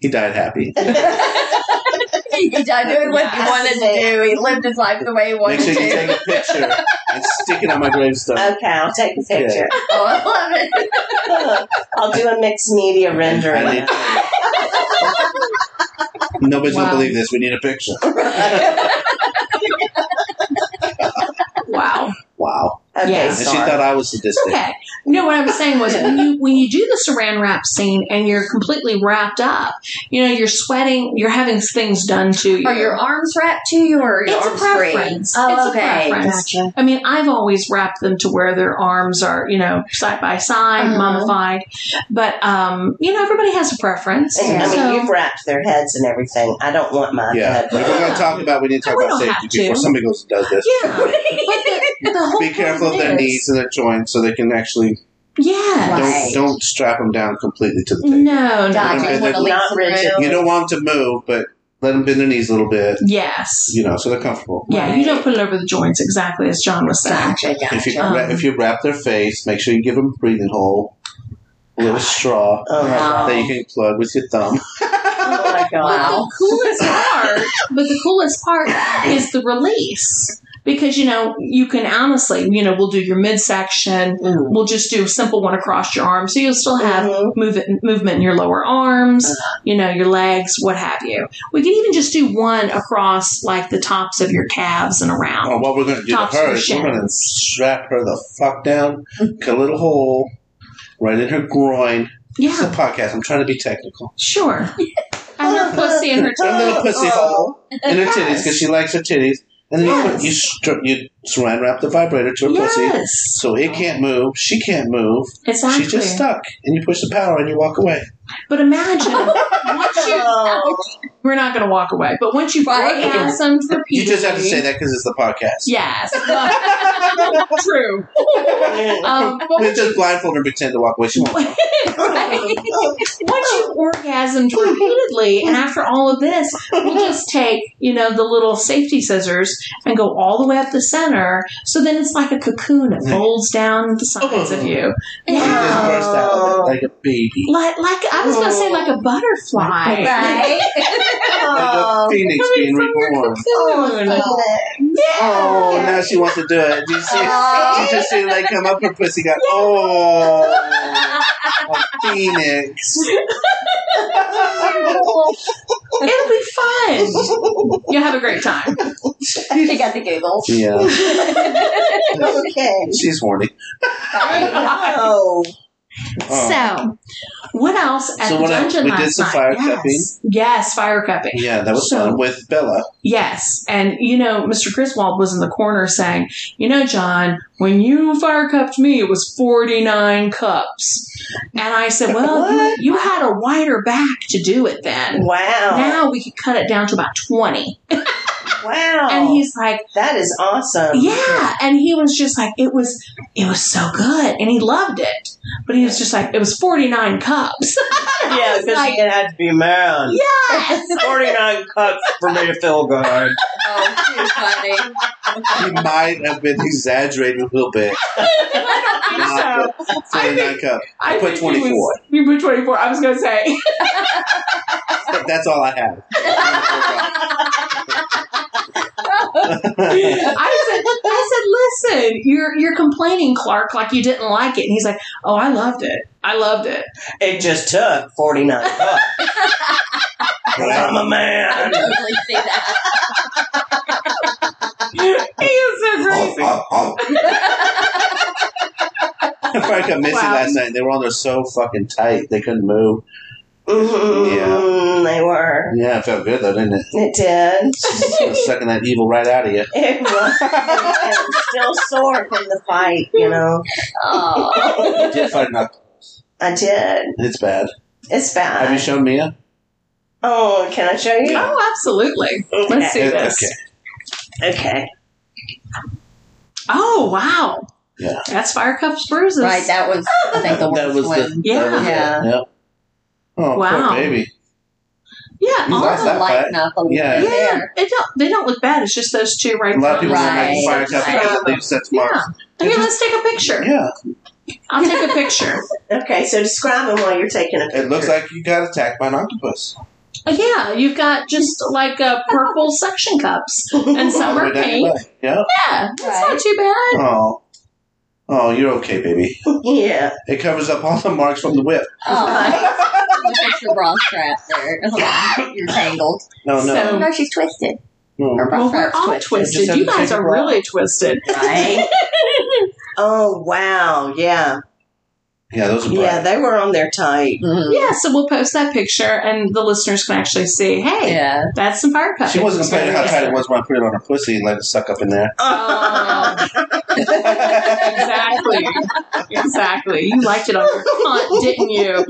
[SPEAKER 2] he died happy.
[SPEAKER 4] he died doing what he wanted to do. He lived his life the way he wanted
[SPEAKER 2] Make sure you
[SPEAKER 4] to.
[SPEAKER 2] take a picture and stick it on my gravestone.
[SPEAKER 3] Okay, I'll take a picture.
[SPEAKER 4] Oh, I love it.
[SPEAKER 3] I'll do a mixed media rendering.
[SPEAKER 2] I need- Nobody's
[SPEAKER 1] Wow.
[SPEAKER 2] gonna believe this. We need a picture.
[SPEAKER 1] Wow.
[SPEAKER 2] Wow.
[SPEAKER 3] Okay,
[SPEAKER 1] Yeah.
[SPEAKER 2] And she
[SPEAKER 3] sorry.
[SPEAKER 2] thought I was sadistic.
[SPEAKER 1] Okay. No, what I was saying was when you when you do the saran wrap scene and you're completely wrapped up, you know, you're sweating, you're having things done to you.
[SPEAKER 4] Are your arms wrapped to you or are your
[SPEAKER 1] it's a
[SPEAKER 4] arms free?
[SPEAKER 1] preference.
[SPEAKER 4] Oh,
[SPEAKER 1] it's
[SPEAKER 4] okay.
[SPEAKER 1] a preference.
[SPEAKER 4] Gotcha.
[SPEAKER 1] I mean, I've always wrapped them to where their arms are, you know, side by side,
[SPEAKER 4] Uh-huh.
[SPEAKER 1] mummified. But um, you know, everybody has a preference.
[SPEAKER 3] I mean,
[SPEAKER 1] So-
[SPEAKER 3] you've wrapped their heads and everything. I don't want my
[SPEAKER 2] Yeah,
[SPEAKER 3] head.
[SPEAKER 2] if we're going to talk about, we need to talk
[SPEAKER 1] We
[SPEAKER 2] about
[SPEAKER 1] don't
[SPEAKER 2] safety
[SPEAKER 1] have to.
[SPEAKER 2] before somebody goes and does this.
[SPEAKER 1] yeah. But the, the whole
[SPEAKER 2] Be careful of
[SPEAKER 1] point
[SPEAKER 2] their
[SPEAKER 1] is-
[SPEAKER 2] knees and their joints so they can actually
[SPEAKER 1] Yes.
[SPEAKER 4] Right.
[SPEAKER 2] don't don't strap them down completely to the table.
[SPEAKER 1] No, no.
[SPEAKER 4] Gotcha.
[SPEAKER 2] Okay,
[SPEAKER 4] You wanna
[SPEAKER 2] that's
[SPEAKER 4] leave
[SPEAKER 3] not
[SPEAKER 4] some
[SPEAKER 3] rigid.
[SPEAKER 4] room.
[SPEAKER 2] You don't want them to move, but let them bend their knees a little bit.
[SPEAKER 1] Yes.
[SPEAKER 2] You know, so they're comfortable.
[SPEAKER 1] Yeah, you don't put it over the joints exactly as John was saying.
[SPEAKER 4] Gotcha,
[SPEAKER 2] If you
[SPEAKER 4] gotcha.
[SPEAKER 1] Um,
[SPEAKER 2] wra- if you wrap their face, make sure you give them a breathing hole, a little straw
[SPEAKER 3] Oh my
[SPEAKER 4] Wow.
[SPEAKER 3] god.
[SPEAKER 2] that you can plug with your thumb.
[SPEAKER 3] Oh my god.
[SPEAKER 1] The
[SPEAKER 4] Wow.
[SPEAKER 1] coolest part, but the coolest part is the release. because you know you can honestly you know we'll do your midsection
[SPEAKER 3] Mm-hmm.
[SPEAKER 1] we'll just do a simple one across your arm so you'll still have
[SPEAKER 3] Mhm.
[SPEAKER 1] move movement in your lower arms you know your legs what have you we can even just do one across like the tops of your calves and around
[SPEAKER 2] Oh, what we're going to do to
[SPEAKER 1] Tops
[SPEAKER 2] her
[SPEAKER 1] of
[SPEAKER 2] is we're going to
[SPEAKER 1] shins.
[SPEAKER 2] strap her the fuck down, cut a little hole right in her groin. It's a
[SPEAKER 1] yeah
[SPEAKER 2] podcast. I'm trying to be technical.
[SPEAKER 1] sure and her pussy and her
[SPEAKER 2] A little pussy
[SPEAKER 3] Oh.
[SPEAKER 2] hole in her titties because she likes her titties. And then you, put, you, str- you saran wrap the vibrator to her pussy
[SPEAKER 1] yes
[SPEAKER 2] so it can't move. She can't move.
[SPEAKER 1] exactly
[SPEAKER 2] She's just stuck. And you push the power and you walk away.
[SPEAKER 1] But imagine once you
[SPEAKER 3] Oh.
[SPEAKER 1] we're not going to walk away, but once you've
[SPEAKER 4] Right.
[SPEAKER 1] orgasmed repeatedly,
[SPEAKER 2] You just have to say that because it's the podcast.
[SPEAKER 1] Yes, true.
[SPEAKER 3] Oh.
[SPEAKER 1] Um, but
[SPEAKER 2] We
[SPEAKER 1] once
[SPEAKER 2] just blindfold her and pretend to walk away. She won't.
[SPEAKER 3] Oh.
[SPEAKER 1] once you've orgasmed repeatedly, and after all of this, we'll just take you know the little safety scissors and go all the way up the center. So then it's like a cocoon; it folds down the sides of you.
[SPEAKER 2] She just
[SPEAKER 1] Yeah.
[SPEAKER 2] burst
[SPEAKER 1] Oh.
[SPEAKER 2] out like a baby.
[SPEAKER 1] Like, like I was going to say, like a butterfly.
[SPEAKER 4] Right?
[SPEAKER 2] Like
[SPEAKER 1] Oh.
[SPEAKER 2] a phoenix being reborn.
[SPEAKER 1] Cocoon.
[SPEAKER 2] Oh, now she wants to do it. Did you see?
[SPEAKER 3] Oh.
[SPEAKER 2] She just see it like come up her pussy. Got oh, a phoenix.
[SPEAKER 1] It'll be fun. You'll have a great time.
[SPEAKER 4] she got the giggles.
[SPEAKER 2] Yeah,
[SPEAKER 3] okay.
[SPEAKER 2] she's horny.
[SPEAKER 3] Oh.
[SPEAKER 2] Oh.
[SPEAKER 1] So, what else at
[SPEAKER 2] So
[SPEAKER 1] the
[SPEAKER 2] what else?
[SPEAKER 1] dungeon
[SPEAKER 2] We did
[SPEAKER 1] last
[SPEAKER 2] some
[SPEAKER 1] night?
[SPEAKER 2] fire
[SPEAKER 1] yes.
[SPEAKER 2] cupping.
[SPEAKER 1] Yes, fire cupping.
[SPEAKER 2] Yeah, that was
[SPEAKER 1] So-
[SPEAKER 2] fun with Bella.
[SPEAKER 1] Yes, and you know, Mr. Griswold was in the corner saying, "You know, John, when you fire cupped me, it was forty nine cups," and I said, "Well, you,
[SPEAKER 2] What?
[SPEAKER 1] you had a wider back to do it then."
[SPEAKER 3] Wow.
[SPEAKER 1] Now we could cut it down to about 20.
[SPEAKER 3] Wow.
[SPEAKER 1] And he's like,
[SPEAKER 3] that is awesome.
[SPEAKER 1] Yeah. And he was just like, it was it was so good. And he loved it. But he was just like, it was 49 cups.
[SPEAKER 5] Yeah, because
[SPEAKER 1] like-
[SPEAKER 5] he had to be a man.
[SPEAKER 1] Yes.
[SPEAKER 5] 49 cups for me to feel good.
[SPEAKER 4] Oh, too funny.
[SPEAKER 2] He might have been exaggerating a little bit.
[SPEAKER 1] so I
[SPEAKER 2] Forty-nine
[SPEAKER 1] think
[SPEAKER 2] cup.
[SPEAKER 1] I
[SPEAKER 2] put
[SPEAKER 1] think he was-
[SPEAKER 2] 24.
[SPEAKER 1] You put 24. I was going to say.
[SPEAKER 2] That- That's all I have.
[SPEAKER 1] I said, I said, listen, you're you're complaining, Clark, like you didn't like it. And he's like, oh, I loved it. I loved it.
[SPEAKER 5] It just took 49 cups. 'Cause I'm a
[SPEAKER 4] I
[SPEAKER 5] man.
[SPEAKER 4] totally see that.
[SPEAKER 1] he is so crazy.
[SPEAKER 2] Frank and Missy
[SPEAKER 1] Wow.
[SPEAKER 2] last night, they were on there so fucking tight, they couldn't move.
[SPEAKER 3] Mm, They were.
[SPEAKER 2] Yeah, it felt good though, didn't it?
[SPEAKER 3] It did.
[SPEAKER 2] It was sucking that evil right out of you.
[SPEAKER 3] It was. I'm still sore from the fight, you know.
[SPEAKER 4] Oh.
[SPEAKER 2] You did fight an octopus.
[SPEAKER 3] I did.
[SPEAKER 2] It's bad.
[SPEAKER 3] It's
[SPEAKER 2] Have you
[SPEAKER 3] bad.
[SPEAKER 2] shown Mia?
[SPEAKER 3] Oh, can I show you?
[SPEAKER 1] Oh, absolutely. Let's see
[SPEAKER 2] Okay.
[SPEAKER 1] this.
[SPEAKER 3] Okay.
[SPEAKER 1] Oh, wow.
[SPEAKER 2] Yeah.
[SPEAKER 1] That's Fire Cups Bruises.
[SPEAKER 4] Right, that was, I think, the
[SPEAKER 2] That
[SPEAKER 4] worst
[SPEAKER 2] was
[SPEAKER 4] one.
[SPEAKER 2] the
[SPEAKER 1] Yeah.
[SPEAKER 2] That was
[SPEAKER 4] Yeah.
[SPEAKER 2] It. Yep. Oh,
[SPEAKER 1] Wow.
[SPEAKER 2] poor baby.
[SPEAKER 1] yeah.
[SPEAKER 2] You
[SPEAKER 1] all
[SPEAKER 2] lost
[SPEAKER 1] of
[SPEAKER 2] that
[SPEAKER 4] lighten up a little
[SPEAKER 2] Yeah.
[SPEAKER 4] bit
[SPEAKER 1] Yeah,
[SPEAKER 4] there.
[SPEAKER 1] they don't. They don't look bad. It's just those two right
[SPEAKER 2] A lot of people don't
[SPEAKER 1] there.
[SPEAKER 4] Right.
[SPEAKER 2] like fire cup because it leaves such
[SPEAKER 1] Yeah.
[SPEAKER 2] marks.
[SPEAKER 1] Here, let's take a picture.
[SPEAKER 2] Yeah.
[SPEAKER 1] I'll take a picture.
[SPEAKER 3] Okay, so describe them while you're taking a picture.
[SPEAKER 2] It looks like you got attacked by an octopus.
[SPEAKER 1] Uh, yeah, you've got just like a purple suction cups and
[SPEAKER 2] All
[SPEAKER 1] some
[SPEAKER 2] the way
[SPEAKER 1] are
[SPEAKER 2] down
[SPEAKER 1] pink.
[SPEAKER 2] your leg. Yeah.
[SPEAKER 1] Yeah, that's not
[SPEAKER 4] Right.
[SPEAKER 1] too bad.
[SPEAKER 2] Oh. Oh, you're okay, baby.
[SPEAKER 3] Yeah.
[SPEAKER 2] It covers up all the marks from the whip.
[SPEAKER 4] Oh, look at your bra strap there. You're tangled.
[SPEAKER 2] No, Hmm. no.
[SPEAKER 3] Um,
[SPEAKER 1] So-
[SPEAKER 4] No, she's twisted.
[SPEAKER 2] no.
[SPEAKER 4] Her bra
[SPEAKER 1] Well, Oh, we're
[SPEAKER 4] strap's
[SPEAKER 1] all
[SPEAKER 4] twisted.
[SPEAKER 1] twisted.
[SPEAKER 2] Just
[SPEAKER 1] You
[SPEAKER 2] have to
[SPEAKER 1] guys
[SPEAKER 2] take
[SPEAKER 1] are
[SPEAKER 2] a while.
[SPEAKER 1] really twisted.
[SPEAKER 4] Right?
[SPEAKER 3] Oh wow, yeah,
[SPEAKER 2] Yeah, those are bright.
[SPEAKER 3] yeah, they were on their tight.
[SPEAKER 4] Mhm.
[SPEAKER 1] Yeah, so we'll post that picture and the listeners can actually see, hey,
[SPEAKER 4] Yeah.
[SPEAKER 1] that's some fire cups.
[SPEAKER 2] She wasn't complaining how tight it was when I put it on her pussy and let it suck up in there.
[SPEAKER 1] Oh, exactly. Exactly. You liked it on your cunt, didn't you?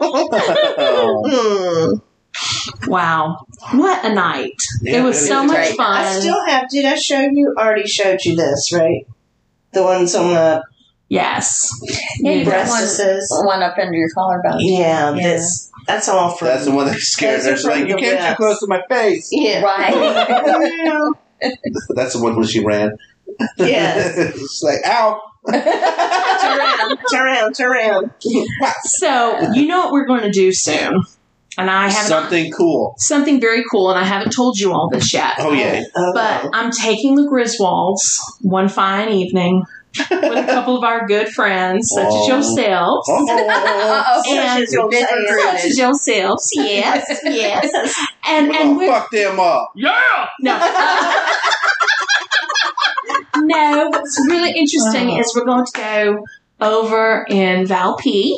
[SPEAKER 2] Oh.
[SPEAKER 3] Hmm.
[SPEAKER 1] Wow. What a night.
[SPEAKER 2] Yeah,
[SPEAKER 1] it was
[SPEAKER 2] baby.
[SPEAKER 1] so much
[SPEAKER 4] great.
[SPEAKER 1] fun.
[SPEAKER 3] I still have. Did I show you? Already showed you this, right? The ones on the
[SPEAKER 1] yes.
[SPEAKER 4] Yeah, you got one,
[SPEAKER 3] breastises.
[SPEAKER 4] one up under your collarbone.
[SPEAKER 3] Yeah,
[SPEAKER 4] Yeah.
[SPEAKER 3] this. That's all for.
[SPEAKER 2] That's the one that scares
[SPEAKER 3] Those are
[SPEAKER 2] her. She's
[SPEAKER 3] from
[SPEAKER 2] like, you
[SPEAKER 3] the
[SPEAKER 2] came too
[SPEAKER 3] whips.
[SPEAKER 2] close to my face.
[SPEAKER 3] yeah.
[SPEAKER 4] Right?
[SPEAKER 2] That's the one when she ran.
[SPEAKER 3] Yes.
[SPEAKER 2] She's like, ow.
[SPEAKER 3] turn around, turn around, turn around.
[SPEAKER 1] So, you know what we're going to do soon? and I haven't
[SPEAKER 2] Something cool.
[SPEAKER 1] something very cool, and I haven't told you all this yet.
[SPEAKER 2] Oh yeah.
[SPEAKER 3] Oh,
[SPEAKER 1] But I'm taking the Griswolds one fine evening with a couple of our good friends, such as
[SPEAKER 2] Oh.
[SPEAKER 1] yourselves.
[SPEAKER 2] Oh,
[SPEAKER 4] Uh-oh.
[SPEAKER 1] And-
[SPEAKER 4] She's been recruited.
[SPEAKER 1] Such as yourselves, yes, yes. And
[SPEAKER 2] we're
[SPEAKER 1] and
[SPEAKER 2] gonna
[SPEAKER 1] we're Oh.
[SPEAKER 2] fuck them up.
[SPEAKER 1] no. no, what's really interesting
[SPEAKER 2] Uh-huh.
[SPEAKER 1] is we're going to go over in Valpy,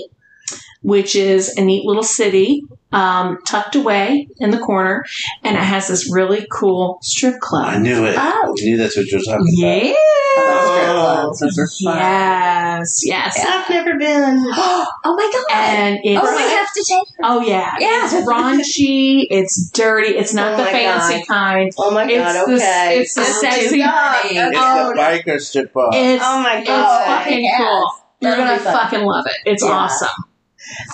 [SPEAKER 1] which is a neat little city um, tucked away in the corner, and it has this really cool strip
[SPEAKER 2] I
[SPEAKER 1] club.
[SPEAKER 2] knew it. I
[SPEAKER 1] Oh,
[SPEAKER 2] knew that's what you were talking about.
[SPEAKER 1] yeah.
[SPEAKER 2] Oh,
[SPEAKER 5] Those are fun.
[SPEAKER 1] Yes, yes.
[SPEAKER 3] I've never been.
[SPEAKER 4] oh my god.
[SPEAKER 1] And it's,
[SPEAKER 4] oh, we have to take.
[SPEAKER 1] oh yeah,
[SPEAKER 4] Yeah.
[SPEAKER 1] it's raunchy. It's dirty. It's not
[SPEAKER 3] Oh
[SPEAKER 1] the
[SPEAKER 3] my
[SPEAKER 1] fancy kind.
[SPEAKER 3] Oh my
[SPEAKER 1] It's
[SPEAKER 3] god!
[SPEAKER 1] the-
[SPEAKER 3] Okay,
[SPEAKER 1] it's the
[SPEAKER 3] I'm too
[SPEAKER 1] sexy-
[SPEAKER 3] young.
[SPEAKER 4] Okay.
[SPEAKER 2] It's
[SPEAKER 1] Oh,
[SPEAKER 2] the biker strip club.
[SPEAKER 1] It's
[SPEAKER 3] Oh my
[SPEAKER 1] it's
[SPEAKER 3] god!
[SPEAKER 1] fucking
[SPEAKER 4] yes.
[SPEAKER 1] cool. You're
[SPEAKER 4] That'll
[SPEAKER 1] gonna
[SPEAKER 4] be fun.
[SPEAKER 1] fucking love it. It's
[SPEAKER 3] Yeah.
[SPEAKER 1] awesome.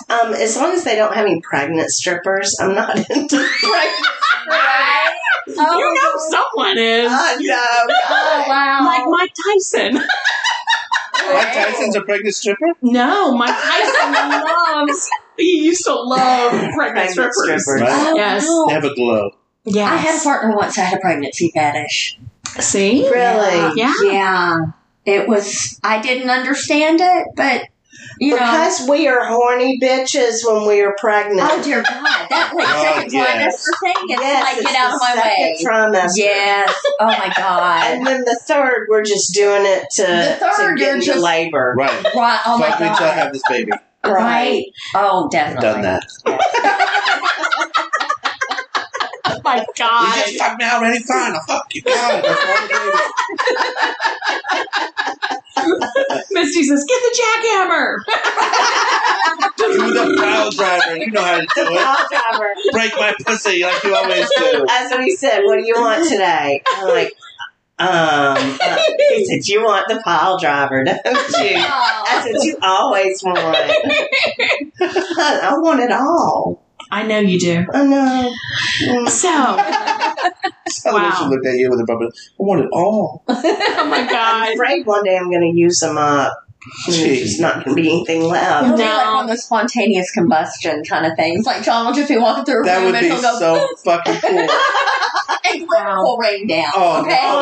[SPEAKER 3] Um, as long as they don't have any pregnant strippers, I'm not into pregnant.
[SPEAKER 4] Right? Oh,
[SPEAKER 1] you know someone is.
[SPEAKER 3] Oh
[SPEAKER 4] Oh,
[SPEAKER 3] no!
[SPEAKER 4] wow.
[SPEAKER 1] like Mike Tyson.
[SPEAKER 2] Mike Tyson's a pregnant stripper.
[SPEAKER 1] No, Mike Tyson loves. He used to love pregnant
[SPEAKER 3] Pregnant
[SPEAKER 1] strippers.
[SPEAKER 3] strippers.
[SPEAKER 2] Right.
[SPEAKER 4] Oh,
[SPEAKER 1] Yes.
[SPEAKER 4] wow.
[SPEAKER 2] They have a glow.
[SPEAKER 1] Yes.
[SPEAKER 4] I had a partner once that had a pregnancy fetish.
[SPEAKER 1] See,
[SPEAKER 3] Really?
[SPEAKER 4] Ah.
[SPEAKER 1] Yeah.
[SPEAKER 4] Yeah. It was, I didn't understand it, but, you know.
[SPEAKER 3] Because we are horny bitches when we are pregnant.
[SPEAKER 4] Oh, dear God. That like
[SPEAKER 2] Oh,
[SPEAKER 4] second
[SPEAKER 2] yes.
[SPEAKER 4] trimester thing is
[SPEAKER 3] yes,
[SPEAKER 4] like,
[SPEAKER 3] it's
[SPEAKER 4] get out
[SPEAKER 3] the
[SPEAKER 4] of my
[SPEAKER 3] second
[SPEAKER 4] way.
[SPEAKER 3] Trimester.
[SPEAKER 4] Yes. Oh, my God.
[SPEAKER 3] And then the third, we're just doing it to,
[SPEAKER 4] The third,
[SPEAKER 3] to get
[SPEAKER 4] you're
[SPEAKER 3] into
[SPEAKER 4] just-
[SPEAKER 3] labor.
[SPEAKER 2] Right.
[SPEAKER 4] right. Oh, my
[SPEAKER 2] Fuck me till I
[SPEAKER 4] God.
[SPEAKER 2] have this baby.
[SPEAKER 4] Right. Oh, definitely.
[SPEAKER 2] Done that.
[SPEAKER 1] Oh my
[SPEAKER 2] You
[SPEAKER 1] God.
[SPEAKER 2] just fucked me already. Fine. I'll fuck you. God. I'll fuck the baby.
[SPEAKER 1] Misty says, "Get the jackhammer."
[SPEAKER 2] Do the prowl driver. You know how to do it.
[SPEAKER 3] I'll cover.
[SPEAKER 2] Break my pussy like you always do.
[SPEAKER 3] As we said, what do you want today? I'm like, um, uh, he said, you want the pile driver, don't you? I
[SPEAKER 4] Oh,
[SPEAKER 3] said, you always want. I, I want it all.
[SPEAKER 1] I know you do.
[SPEAKER 3] I know. Mm.
[SPEAKER 1] So, oh
[SPEAKER 2] Television looked at you with a bubble. I want it all.
[SPEAKER 4] Oh,
[SPEAKER 1] my
[SPEAKER 3] I'm
[SPEAKER 1] God.
[SPEAKER 3] afraid one day I'm going to use them up. And
[SPEAKER 2] Jeez.
[SPEAKER 3] There's not going to be anything
[SPEAKER 4] It'll
[SPEAKER 3] left.
[SPEAKER 4] be
[SPEAKER 1] No.
[SPEAKER 4] like one of those spontaneous combustion kind of things. Like John will just be walking through a
[SPEAKER 2] That
[SPEAKER 4] room
[SPEAKER 2] would
[SPEAKER 4] and
[SPEAKER 2] be
[SPEAKER 4] he'll go
[SPEAKER 2] so fucking cool.
[SPEAKER 4] and glitter will rain down.
[SPEAKER 2] Oh,
[SPEAKER 4] okay.
[SPEAKER 2] no.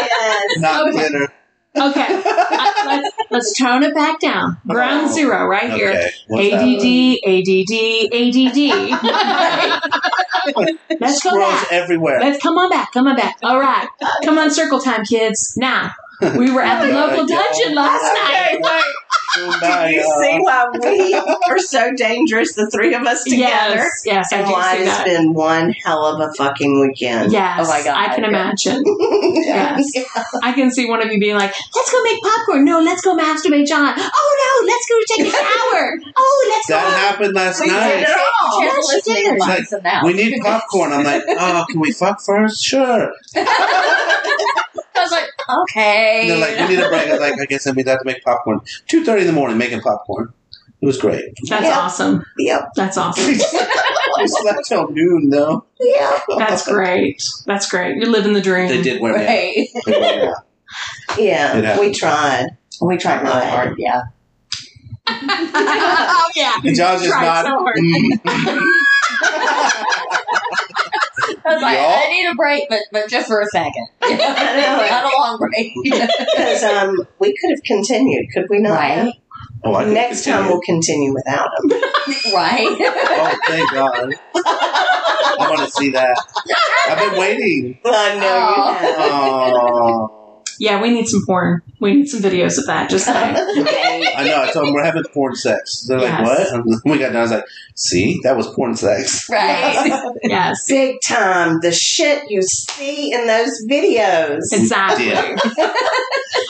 [SPEAKER 3] yes.
[SPEAKER 2] Not
[SPEAKER 1] Okay.
[SPEAKER 2] glitter.
[SPEAKER 1] Okay, I- let's, let's tone it back down. Ground
[SPEAKER 2] Oh.
[SPEAKER 1] zero, right here.
[SPEAKER 2] Okay. What's that one?
[SPEAKER 1] ADD, ADD, ADD. Let's go
[SPEAKER 2] Squirrels
[SPEAKER 1] back.
[SPEAKER 2] everywhere.
[SPEAKER 1] Let's come on back. Come on back. All right. Come on, circle time, kids. Now. We were at the local dungeon last night.
[SPEAKER 3] Did you see why we are so dangerous, the three of us together?
[SPEAKER 1] Yes, yes, I
[SPEAKER 3] And why
[SPEAKER 1] did see
[SPEAKER 3] it's
[SPEAKER 1] that.
[SPEAKER 3] been one hell of a fucking weekend.
[SPEAKER 1] Yes,
[SPEAKER 4] Oh my God.
[SPEAKER 1] I can imagine. Yes. I can see one of you being like, let's go make popcorn. No, let's go masturbate John. Oh, no, let's go take a shower. Oh, let's
[SPEAKER 2] That
[SPEAKER 1] go.
[SPEAKER 2] happened last
[SPEAKER 3] We
[SPEAKER 2] night.
[SPEAKER 3] did it all.
[SPEAKER 4] Chairs
[SPEAKER 1] Yes, she
[SPEAKER 4] listening
[SPEAKER 1] did.
[SPEAKER 4] vibes in the house.
[SPEAKER 2] We need popcorn. I'm like, oh, can we fuck first? Sure.
[SPEAKER 4] I was like,
[SPEAKER 2] And
[SPEAKER 4] okay.
[SPEAKER 2] they're like, we need a break. I'm like, I guess I made that to make popcorn. 2.30 in the morning, making popcorn. It was great.
[SPEAKER 1] That's
[SPEAKER 3] Yeah.
[SPEAKER 1] awesome.
[SPEAKER 3] Yep.
[SPEAKER 1] That's awesome.
[SPEAKER 2] we slept till noon, though.
[SPEAKER 3] Yeah.
[SPEAKER 1] That's great. That's great. You're living the dream.
[SPEAKER 2] They did wear me out.
[SPEAKER 4] Right.
[SPEAKER 2] They wore me out.
[SPEAKER 3] Yeah.
[SPEAKER 2] It happened.
[SPEAKER 3] We tried.
[SPEAKER 4] We tried really hard, yeah.
[SPEAKER 1] oh, yeah.
[SPEAKER 2] And John's just
[SPEAKER 1] Tried
[SPEAKER 2] not. Mm.
[SPEAKER 1] so hard.
[SPEAKER 4] I was like,
[SPEAKER 2] Y'all?
[SPEAKER 4] I need a break, but but just for a second.
[SPEAKER 3] know.
[SPEAKER 4] Not a long break.
[SPEAKER 3] Because um, we could have continued, could we not?
[SPEAKER 4] Right.
[SPEAKER 2] Oh, I
[SPEAKER 3] Next time we'll continue without him.
[SPEAKER 4] right.
[SPEAKER 2] Oh, thank God. I want to see that. I've been waiting.
[SPEAKER 3] I
[SPEAKER 4] Aw.
[SPEAKER 3] know you have.
[SPEAKER 2] Oh,
[SPEAKER 1] Yeah, we need some porn. We need some videos of that. Just saying.
[SPEAKER 2] I know. I told them we're having porn sex. They're like,
[SPEAKER 1] Yes.
[SPEAKER 2] what? And we got down. I was like, see, that was porn sex.
[SPEAKER 4] Right.
[SPEAKER 1] yes,
[SPEAKER 3] Big time. The shit you see in those videos.
[SPEAKER 1] exactly.
[SPEAKER 2] Yeah.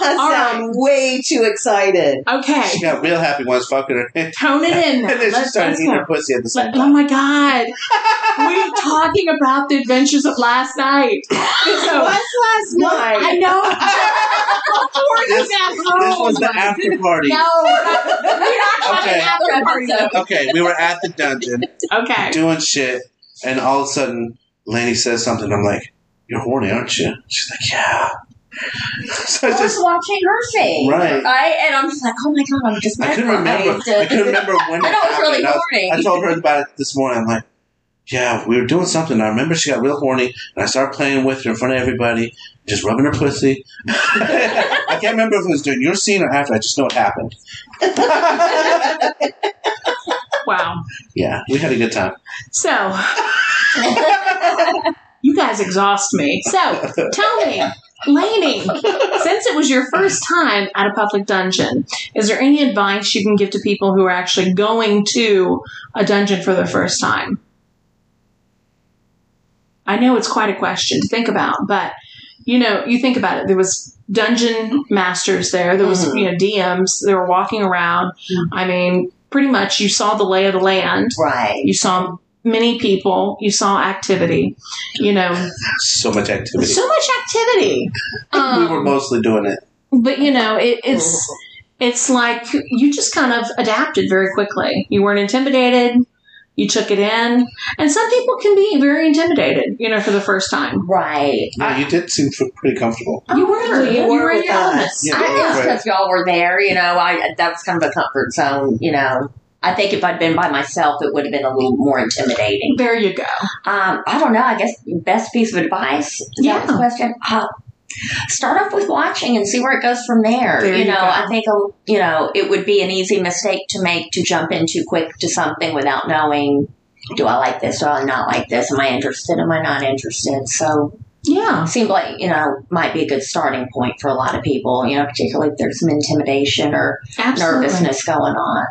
[SPEAKER 3] I
[SPEAKER 1] All
[SPEAKER 3] sound way too excited.
[SPEAKER 1] Okay,
[SPEAKER 2] She got real happy when I was fucking her. and
[SPEAKER 1] tone it in. now.
[SPEAKER 2] then she
[SPEAKER 1] Let's,
[SPEAKER 2] started
[SPEAKER 1] let's
[SPEAKER 2] eating
[SPEAKER 1] go.
[SPEAKER 2] her pussy at the same
[SPEAKER 1] Let- oh
[SPEAKER 2] time.
[SPEAKER 1] my god, we're talking about the adventures of last night.
[SPEAKER 3] It
[SPEAKER 1] So,
[SPEAKER 3] was last
[SPEAKER 1] I
[SPEAKER 3] night.
[SPEAKER 1] know. Before you
[SPEAKER 2] This-
[SPEAKER 1] got
[SPEAKER 2] This
[SPEAKER 1] home.
[SPEAKER 2] was the after party.
[SPEAKER 4] No, we're not, we're not having
[SPEAKER 2] Okay.
[SPEAKER 4] an after party. though.
[SPEAKER 2] Okay, we were at the dungeon
[SPEAKER 1] Okay.
[SPEAKER 2] doing shit, and all of a sudden, Lanny says something. I'm like, "You're horny, aren't you?" She's like, "Yeah." So I
[SPEAKER 4] I was
[SPEAKER 2] just
[SPEAKER 4] watching her thing.
[SPEAKER 2] Right.
[SPEAKER 4] And I'm just like, oh my God, I'm just
[SPEAKER 2] I couldn't remember.
[SPEAKER 4] mesmerized.
[SPEAKER 2] I couldn't remember when.
[SPEAKER 4] I know
[SPEAKER 2] it
[SPEAKER 4] it's really
[SPEAKER 2] happened. I was-
[SPEAKER 4] morning.
[SPEAKER 2] I told her about it this morning. I'm like, yeah, we were doing something. I remember she got real horny, and I started playing with her in front of everybody, just rubbing her pussy. I can't remember if it was during your scene or after. I just know it happened.
[SPEAKER 1] Wow.
[SPEAKER 2] Yeah, we had a good time.
[SPEAKER 1] So, you guys exhaust me. So, tell me, Lainey, since it was your first time at a public dungeon, is there any advice you can give to people who are actually going to a dungeon for the first time? I know it's quite a question to think about, but you know, you think about it. There was dungeon masters there. There was you know DMs. They were walking around. I mean, pretty much you saw the lay of the land.
[SPEAKER 3] Right.
[SPEAKER 1] You saw many people. You saw activity. You know,
[SPEAKER 2] So much activity.
[SPEAKER 1] so much activity.
[SPEAKER 2] we
[SPEAKER 1] Um,
[SPEAKER 2] were mostly doing it.
[SPEAKER 1] but you know, it, it's it's like you just kind of adapted very quickly. You weren't intimidated. You took it in, and some people can be very intimidated. You know, for the first time.
[SPEAKER 4] Right.
[SPEAKER 2] No, you did seem f- pretty comfortable.
[SPEAKER 1] You were,
[SPEAKER 3] you
[SPEAKER 1] you
[SPEAKER 3] were
[SPEAKER 1] were in
[SPEAKER 3] with
[SPEAKER 1] your
[SPEAKER 3] us.
[SPEAKER 1] element.
[SPEAKER 2] Yeah,
[SPEAKER 4] I
[SPEAKER 2] it
[SPEAKER 4] guess
[SPEAKER 2] was great.
[SPEAKER 4] because y'all were there, you know, I that was kind of a comfort zone, you know. I think if I'd been by myself, it would have been a little more intimidating.
[SPEAKER 1] There you go.
[SPEAKER 4] Um, I don't know. I guess best piece of advice. Is
[SPEAKER 1] Yeah.
[SPEAKER 4] That the question. Uh, start off with watching and see where it goes from there.
[SPEAKER 1] There
[SPEAKER 4] you
[SPEAKER 1] you
[SPEAKER 4] know,
[SPEAKER 1] go.
[SPEAKER 4] I think uh, you know it would be an easy mistake to make to jump in too quick to something without knowing. Do I like this? Do I not like this? Am I interested? Am I not interested? So
[SPEAKER 1] Yeah.
[SPEAKER 4] it seemed like, you know, might be a good starting point for a lot of people, you know, particularly if there's some intimidation or
[SPEAKER 1] Absolutely.
[SPEAKER 4] nervousness going on.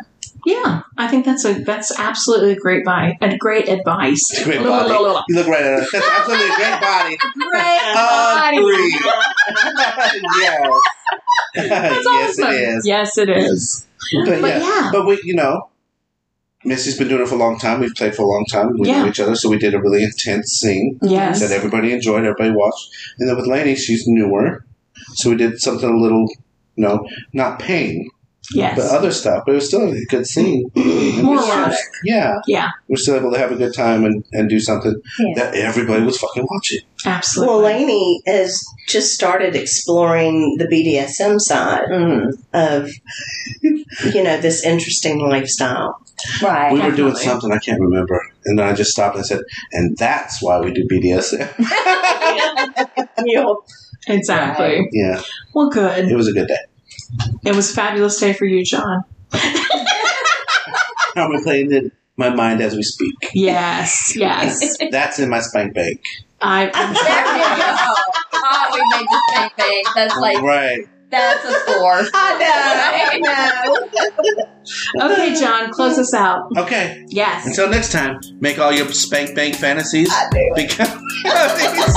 [SPEAKER 1] Yeah, I think that's a that's absolutely a great by a great advice.
[SPEAKER 2] Great
[SPEAKER 1] La, la,
[SPEAKER 2] body.
[SPEAKER 1] la, la, la.
[SPEAKER 2] You look right at us. That's absolutely a great body.
[SPEAKER 1] Great
[SPEAKER 2] Of
[SPEAKER 1] body.
[SPEAKER 2] three. yes.
[SPEAKER 1] That's
[SPEAKER 2] yes,
[SPEAKER 1] awesome.
[SPEAKER 2] it is.
[SPEAKER 1] Yes, it is.
[SPEAKER 2] But,
[SPEAKER 1] But
[SPEAKER 2] yeah.
[SPEAKER 1] yeah.
[SPEAKER 2] But we, you know, Missy's been doing it for a long time. We've played for a long time. We know
[SPEAKER 1] Yeah.
[SPEAKER 2] each other, so we did a really intense scene
[SPEAKER 1] Yes.
[SPEAKER 2] that everybody enjoyed, everybody watched. And then with Lainey, she's newer, so we did something a little, you know, not pain, but
[SPEAKER 1] Yes.
[SPEAKER 2] other stuff. But it was still a good scene. And
[SPEAKER 1] More
[SPEAKER 2] we still-
[SPEAKER 1] erotic.
[SPEAKER 2] Yeah.
[SPEAKER 1] Yeah.
[SPEAKER 2] We're still able to have a good time and, and do something
[SPEAKER 4] Yeah.
[SPEAKER 2] that everybody was fucking watching.
[SPEAKER 1] Absolutely.
[SPEAKER 3] Well, Lainey has just started exploring the BDSM side
[SPEAKER 4] Mm,
[SPEAKER 3] of, you know, this interesting lifestyle.
[SPEAKER 4] right.
[SPEAKER 2] We were doing
[SPEAKER 1] Definitely.
[SPEAKER 2] something I can't remember, and then I just stopped and said, "And that's why we do BDSM."
[SPEAKER 1] exactly.
[SPEAKER 2] yeah,
[SPEAKER 1] Well,
[SPEAKER 2] it
[SPEAKER 1] good.
[SPEAKER 2] was a good day.
[SPEAKER 1] It was a fabulous day for you, John.
[SPEAKER 2] I'm replaying in my mind as we speak.
[SPEAKER 1] Yes. Yes.
[SPEAKER 2] That's in my spank bank.
[SPEAKER 1] I.
[SPEAKER 4] There we go. Oh, we made the same thing. That's like,
[SPEAKER 2] right.
[SPEAKER 4] that's a score.
[SPEAKER 3] I know. I know.
[SPEAKER 1] Okay, John, close us out.
[SPEAKER 2] Okay.
[SPEAKER 1] Yes.
[SPEAKER 2] Until next time, make all your spank bank fantasies. I do. Because-